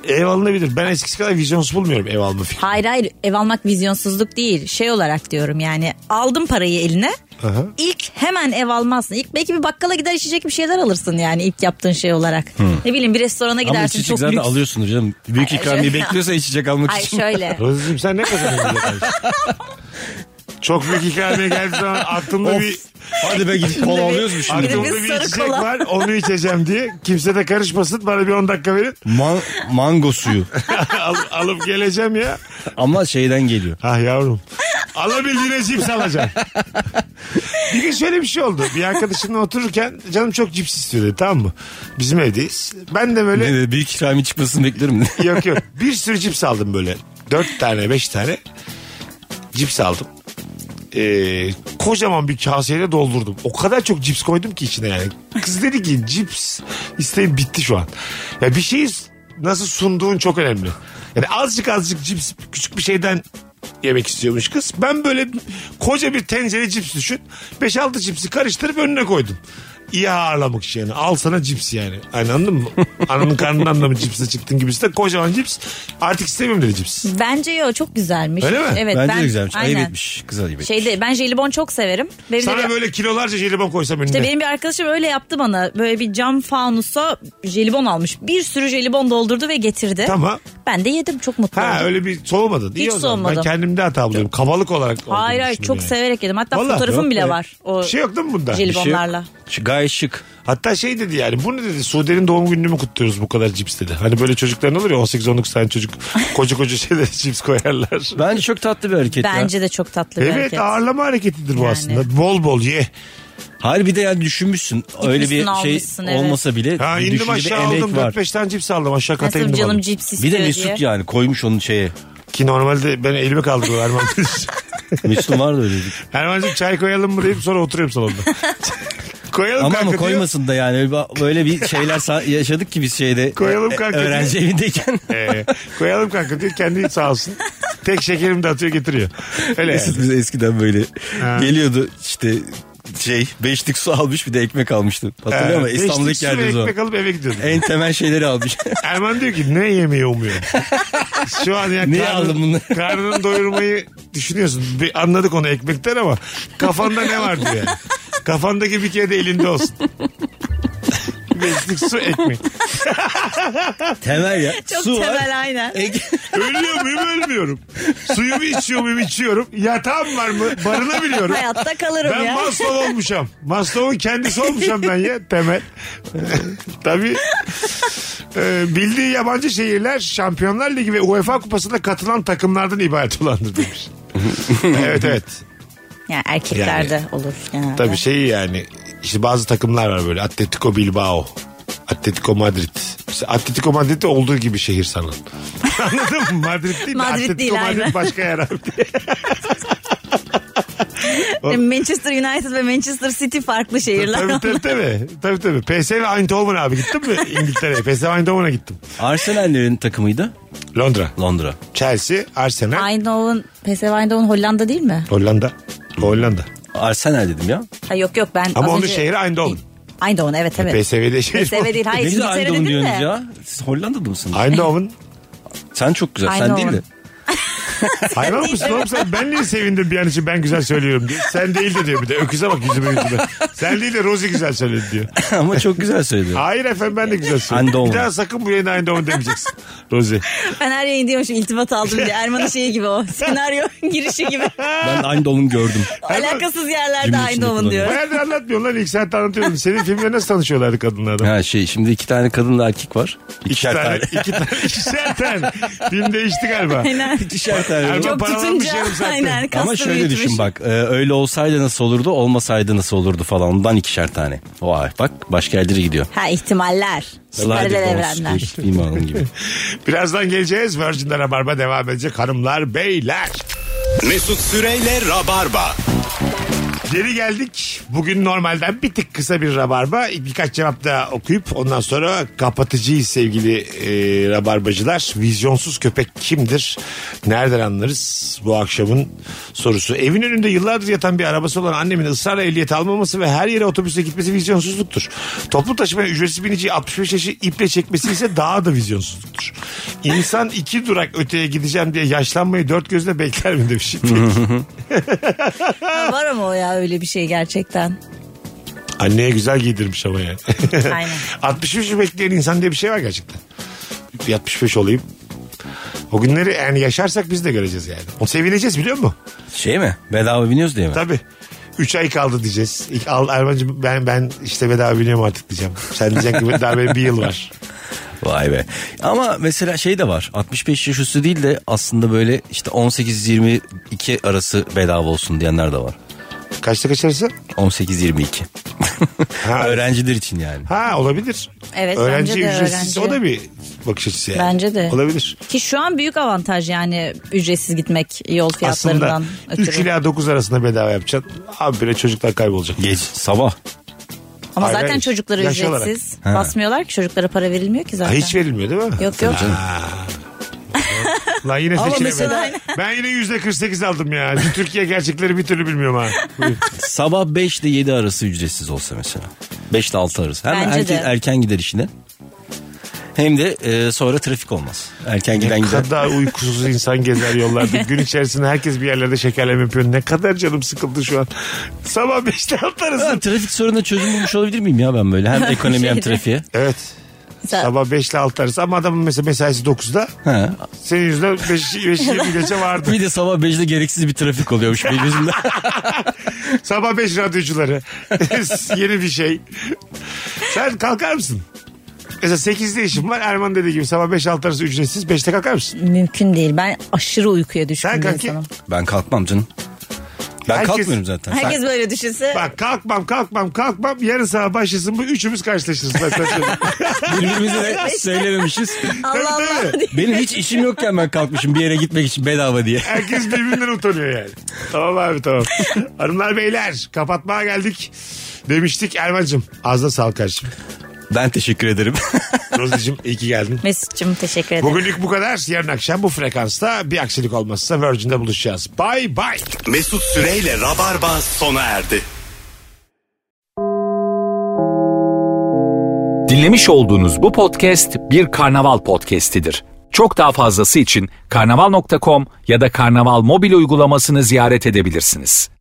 S2: ev alınabilir. Ben eskisi kadar vizyonsuz bulmuyorum ev alma fikri.
S3: Hayır hayır ev almak vizyonsuzluk değil. Şey olarak diyorum yani aldım parayı eline.
S2: Aha.
S3: İlk hemen ev almazsın. İlk belki bir bakkala gider içecek bir şeyler alırsın yani ilk yaptığın şey olarak. Ne bileyim bir restorana
S4: Ama
S3: gidersin
S4: içecek
S3: çok
S4: zaten
S3: lüks.
S4: alıyorsundur canım. Büyük
S3: Ay,
S4: ikramiye
S3: şey-
S4: bekliyorsa içecek almak
S3: Ay
S4: için.
S3: şöyle.
S2: Rozi'cim sen ne kazanıyorsun? Çok büyük ikramiye geldiği zaman aklımda bir
S4: Hadi be gidip kola alıyoruz mu şimdi?
S2: Aklımda
S3: Birimiz
S2: bir
S3: sarı
S2: içecek
S3: kola.
S2: var onu içeceğim diye. Kimse de karışmasın bana bir 10 dakika verin.
S4: Ma- mango suyu.
S2: Al- alıp geleceğim ya.
S4: Ama şeyden geliyor.
S2: Ah yavrum. Alabildiğine cips alacaksın. bir gün şöyle bir şey oldu. Bir arkadaşımla otururken canım çok cips istiyor dedi tamam mı? Bizim evdeyiz. Ben de böyle
S4: Ne dedi? Büyük ikramiye çıkmasını beklerim.
S2: yok yok bir sürü cips aldım böyle. 4 tane 5 tane cips aldım. Ee, kocaman bir kaseyle doldurdum. O kadar çok cips koydum ki içine yani. Kız dedi ki cips isteğim bitti şu an. Ya bir şeyi nasıl sunduğun çok önemli. Yani azıcık azıcık cips küçük bir şeyden yemek istiyormuş kız. Ben böyle koca bir tencere cips düşün. 5-6 cipsi karıştırıp önüne koydum. İyi ağırlamak için yani. Al sana cips yani. Aynı anladın mı? Ananın karnından da mı cipsle çıktın gibisi de kocaman cips. Artık istemiyorum dedi cips.
S3: Bence yo çok güzelmiş.
S2: Öyle mi?
S3: Evet,
S4: Bence
S3: ben,
S4: de güzelmiş. Ayıp
S3: aynen.
S4: etmiş. Kız ayıp etmiş.
S3: Şeyde ben jelibon çok severim. Benim de bir-
S2: Sana böyle kilolarca jelibon koysam önüne.
S3: İşte benim bir arkadaşım öyle yaptı bana. Böyle bir cam fanusa jelibon almış. Bir sürü jelibon doldurdu ve getirdi.
S2: Tamam.
S3: Ben de yedim çok mutlu
S2: Ha
S3: oldum.
S2: öyle bir soğumadın. İyi
S3: Hiç
S2: o zaman. Ben
S3: soğumadım.
S2: kendimde hata buluyorum. Kabalık olarak. olduğunu
S3: Hayır hayır çok
S2: düşünüyorum yani.
S3: severek yedim. Hatta
S2: Vallahi
S3: fotoğrafım
S2: yok
S3: bile
S2: be.
S3: var. O
S2: Bir şey yok değil mi bunda?
S4: Bir şey yok.
S3: jelibonlarla.
S4: Şu Gayet şık.
S2: Hatta şey dedi yani bu ne dedi Sude'nin doğum gününü mü kutluyoruz bu kadar cips dedi. Hani böyle çocukların olur ya 18-19 tane çocuk koca koca şeylere cips koyarlar.
S4: Bence çok tatlı bir hareket ya.
S3: Bence de çok tatlı bir
S2: Evet
S3: hareket.
S2: ağırlama hareketidir bu
S3: Yani.
S2: aslında. Bol bol ye.
S4: Hayır bir de yani düşünmüşsün. Öyle bir şey
S3: almışsın, evet.
S4: olmasa bile
S2: Ha
S4: bir
S2: indim
S4: düşünce bir
S2: aşağı
S4: emek
S2: aldım
S4: var.
S2: 4-5 tane cips aldım aşağı kata
S3: Nasıl
S2: indim
S3: canım
S2: aldım.
S3: cips istiyor
S4: Bir de
S3: diye.
S4: Mesut yani koymuş onun şeye.
S2: Ki normalde ben elimi kaldırıyor Erman.
S4: Mesut'un var da öyle bir.
S2: Erman'cığım çay koyalım mı deyip sonra oturuyorum salonda. koyalım
S4: Ama
S2: kanka
S4: ama
S2: diyor.
S4: koymasın da yani Öyle bir- böyle bir şeyler sa- yaşadık ki biz şeyde.
S2: Koyalım
S4: e,
S2: kanka
S4: Öğrenci evindeyken.
S2: Ee, koyalım kanka diyor kendi sağ olsun. Tek şekerimi de atıyor getiriyor. Öyle yani.
S4: Mesut bize eskiden böyle geliyordu işte şey beşlik su almış bir de ekmek almıştı. Hatırlıyor musun?
S2: Ee,
S4: İstanbul'daki
S2: beşlik su ve
S4: yerde o. E-
S2: Ekmek alıp eve gidiyordum.
S4: En temel şeyleri almış.
S2: Erman diyor ki ne yemeği umuyorum. Şu an ya
S4: Niye aldın bunları?
S2: karnını doyurmayı düşünüyorsun. Bir anladık onu ekmekten ama kafanda ne var diyor yani. Kafandaki bir kere de elinde olsun. Beşlik su ekmek.
S4: temel ya.
S3: Çok
S4: su
S3: temel
S4: var.
S3: aynen.
S4: Ek-
S2: Ölüyor muyum ölmüyorum. Suyumu içiyor muyum içiyorum. Yatağım var mı barınabiliyorum.
S3: Hayatta kalırım
S2: Ben
S3: ya.
S2: Maslow olmuşam. Maslow'un kendisi olmuşam ben ya temel. Tabii. Ee, bildiği yabancı şehirler Şampiyonlar Ligi ve UEFA Kupası'na katılan takımlardan ibaret olandır demiş. evet evet.
S3: Yani erkeklerde olur genelde.
S2: Tabii şey yani işte bazı takımlar var böyle Atletico Bilbao. Atletico Madrid. Mesela Atletico Madrid de olduğu gibi şehir sanın. Anladın mı? Madrid değil de
S3: Madrid
S2: Atletico
S3: değil,
S2: Madrid
S3: aynen.
S2: başka yer abi.
S3: Manchester United ve Manchester City farklı şehirler.
S2: tabii tabii tabii. Tabii tabii. PSV Eindhoven abi gittin mi İngiltere'ye? PSV Eindhoven'a gittim.
S4: Arsenal'lerin takımıydı
S2: Londra.
S4: Londra.
S2: Chelsea, Arsenal,
S3: Eindhoven, PSV Eindhoven Hollanda değil mi?
S2: Hollanda. Hollanda.
S4: Arsenal dedim ya.
S3: Ha yok yok ben
S2: Ama
S3: az
S2: onun
S3: önce-
S2: şehri Eindhoven.
S3: Eindhoven evet evet.
S2: PSV'de şehir.
S3: PSV değil hayır
S4: ne güzel
S3: İngiltere
S4: Eindhoven
S3: dedim de.
S4: diyorsunuz ya. Siz Hollanda'da mısınız?
S2: Eindhoven.
S4: Sen çok güzel. Sen
S3: Eindhoven.
S4: değil de.
S2: Hayvan mısın oğlum sen? Ben niye sevindim bir an için ben güzel söylüyorum diye. Sen değil de diyor bir de. Öküze bak yüzüme yüzüme. Sen değil de Rosie güzel söyledi diyor.
S4: Ama çok güzel söyledin.
S2: Hayır efendim ben de güzel söyledim.
S4: Eindhoven.
S2: Bir daha sakın bu yayında Eindhoven demeyeceksin. Rosie.
S3: Ben her yayın diyormuşum iltifat aldım diye. Erman'ın şeyi gibi o. Senaryo girişi gibi.
S4: Ben Eindhoven'ı gördüm.
S3: Alakasız yerlerde
S4: Cümle içinde
S3: Eindhoven diyor.
S2: Bayağıdır anlatmıyorsun lan. İlk saatte anlatıyorum. Senin filmle nasıl tanışıyorlardı kadınlar?
S4: Ha şey şimdi iki tane kadınla erkek var.
S2: İki
S4: İkişer
S2: tane,
S4: tane.
S2: iki tane, ikişer tane. Film değişti galiba.
S3: Aynen.
S4: İkişer tane.
S2: Erman
S3: Çok
S2: paralamış
S3: tutunca
S2: yarım saatte.
S3: aynen kastı
S4: Ama şöyle
S3: büyütmüş.
S4: düşün bak e, öyle olsaydı nasıl olurdu olmasaydı nasıl olurdu falan ondan ikişer tane. Vay bak başka yerlere gidiyor.
S3: Ha ihtimaller. Paralel
S4: Slider
S3: evrenler.
S4: Doors bir bilmem gibi.
S2: Birazdan geleceğiz. Virgin'de Rabarba devam edecek hanımlar beyler.
S1: Mesut Süreyle Rabarba.
S2: Geri geldik. Bugün normalden bir tık kısa bir Rabarba. Birkaç cevap da okuyup ondan sonra kapatıcıyız sevgili e, Rabarbacılar. Vizyonsuz köpek kimdir? Nereden anlarız? Bu akşamın sorusu. Evin önünde yıllardır yatan bir arabası olan annemin ısrarla ehliyet almaması ve her yere otobüse gitmesi vizyonsuzluktur. Toplu taşımaya ücretsiz binici 65 yaşı iple çekmesi ise daha da vizyonsuzluktur. İnsan iki durak öteye gideceğim diye yaşlanmayı dört gözle bekler mi demiş.
S3: Ha, var ama o ya öyle bir şey gerçekten.
S2: Anneye güzel giydirmiş ama yani.
S3: Aynen.
S2: 65'i bekleyen insan diye bir şey var gerçekten. Bir 65 olayım. O günleri yani yaşarsak biz de göreceğiz yani. O sevineceğiz biliyor musun?
S4: Şey mi? Bedava biniyoruz diye mi?
S2: Tabii. 3 ay kaldı diyeceğiz. İlk, al Erman'cığım ben, ben işte bedava biniyorum artık diyeceğim. Sen diyeceksin ki daha benim bir yıl var.
S4: Vay be. Ama mesela şey de var. 65 yaş üstü değil de aslında böyle işte 18-22 arası bedava olsun diyenler de var.
S2: Kaçta kaç arası?
S4: 18-22.
S2: Ha.
S4: Öğrenciler için yani.
S2: Ha olabilir.
S3: Evet,
S2: öğrenci
S3: bence de
S2: ücretsiz
S3: öğrenci.
S2: o da bir bakış açısı yani.
S3: Bence de.
S2: Olabilir.
S3: Ki şu an büyük avantaj yani ücretsiz gitmek yol
S2: Aslında
S3: fiyatlarından
S2: 3
S3: ötürü.
S2: ila 9 arasında bedava yapacaksın. Abi bile çocuklar kaybolacak.
S4: Geç sabah.
S3: Ama
S2: Hayır,
S3: zaten
S2: hayır.
S3: çocuklara
S2: Yaş olarak.
S3: ücretsiz.
S4: Ha.
S3: Basmıyorlar ki çocuklara para verilmiyor ki
S2: Ha,
S3: zaten.
S2: hiç verilmiyor değil mi?
S3: Yok yok.
S2: Lan yine
S4: Ama
S2: seçilemedim.
S4: mesela-
S2: Ben yine yüzde 48 aldım ya. Şu Türkiye gerçekleri bir türlü bilmiyorum ha. Buyur.
S4: Sabah 5 ile 7 arası ücretsiz olsa mesela. 5 ile 6 arası. Hem
S3: Bence
S4: erken,
S3: de.
S4: erken gider işine. Hem de e, sonra trafik olmaz. Erken giden
S2: ne
S4: gider.
S2: kadar uykusuz insan gezer yollarda. Gün içerisinde herkes bir yerlerde şekerleme yapıyor. Ne kadar canım sıkıldı şu an. Sabah 5'te alt
S4: Ha,
S2: arası.
S4: trafik sorununa çözüm bulmuş olabilir miyim ya ben böyle? Hem ekonomi hem
S3: Şeyde.
S4: trafiğe.
S2: Evet.
S3: Sa-
S2: Sabah 5 ile 6 arası ama adamın mesela mesaisi 9'da
S4: Ha.
S2: senin yüzünden 5 20 geçe vardı.
S4: Bir de sabah 5'de gereksiz bir trafik oluyormuş benim yüzümden.
S2: Sabah 5 radyocuları. Yeni bir şey. Sen kalkar mısın? Mesela 8'de işim var. Erman dediği gibi sabah 5-6 arası ücretsiz. 5'te kalkar mısın?
S3: Mümkün değil. Ben aşırı uykuya düşkün
S2: Sen
S3: bir
S2: kanki?
S3: insanım.
S4: Ben kalkmam canım. Ben
S2: Herkes-
S4: kalkmıyorum zaten.
S3: Herkes böyle düşünse
S2: Bak kalkmam kalkmam kalkmam yarın sabah başlasın bu üçümüz karşılaşırız. Ben sana söyleyeyim.
S4: Birbirimize de söylememişiz.
S3: Allah
S2: Tabii,
S3: Allah
S2: tabii.
S3: diye.
S4: Benim hiç işim yokken ben kalkmışım bir yere gitmek için bedava diye.
S2: Herkes birbirinden utanıyor yani. Tamam abi tamam. Hanımlar beyler kapatmaya geldik. Demiştik Erman'cığım ağzına sağlık kardeşim.
S4: Ben teşekkür ederim.
S2: Rozi'cim iyi ki geldin.
S3: Mesut'cum teşekkür ederim.
S2: Bugünlük bu kadar. Yarın akşam bu frekansta bir aksilik olmazsa Virgin'de buluşacağız. Bye bye.
S1: Mesut Süreyle Rabarba sona erdi.
S5: Dinlemiş olduğunuz bu podcast bir karnaval podcastidir. Çok daha fazlası için karnaval.com ya da karnaval mobil uygulamasını ziyaret edebilirsiniz.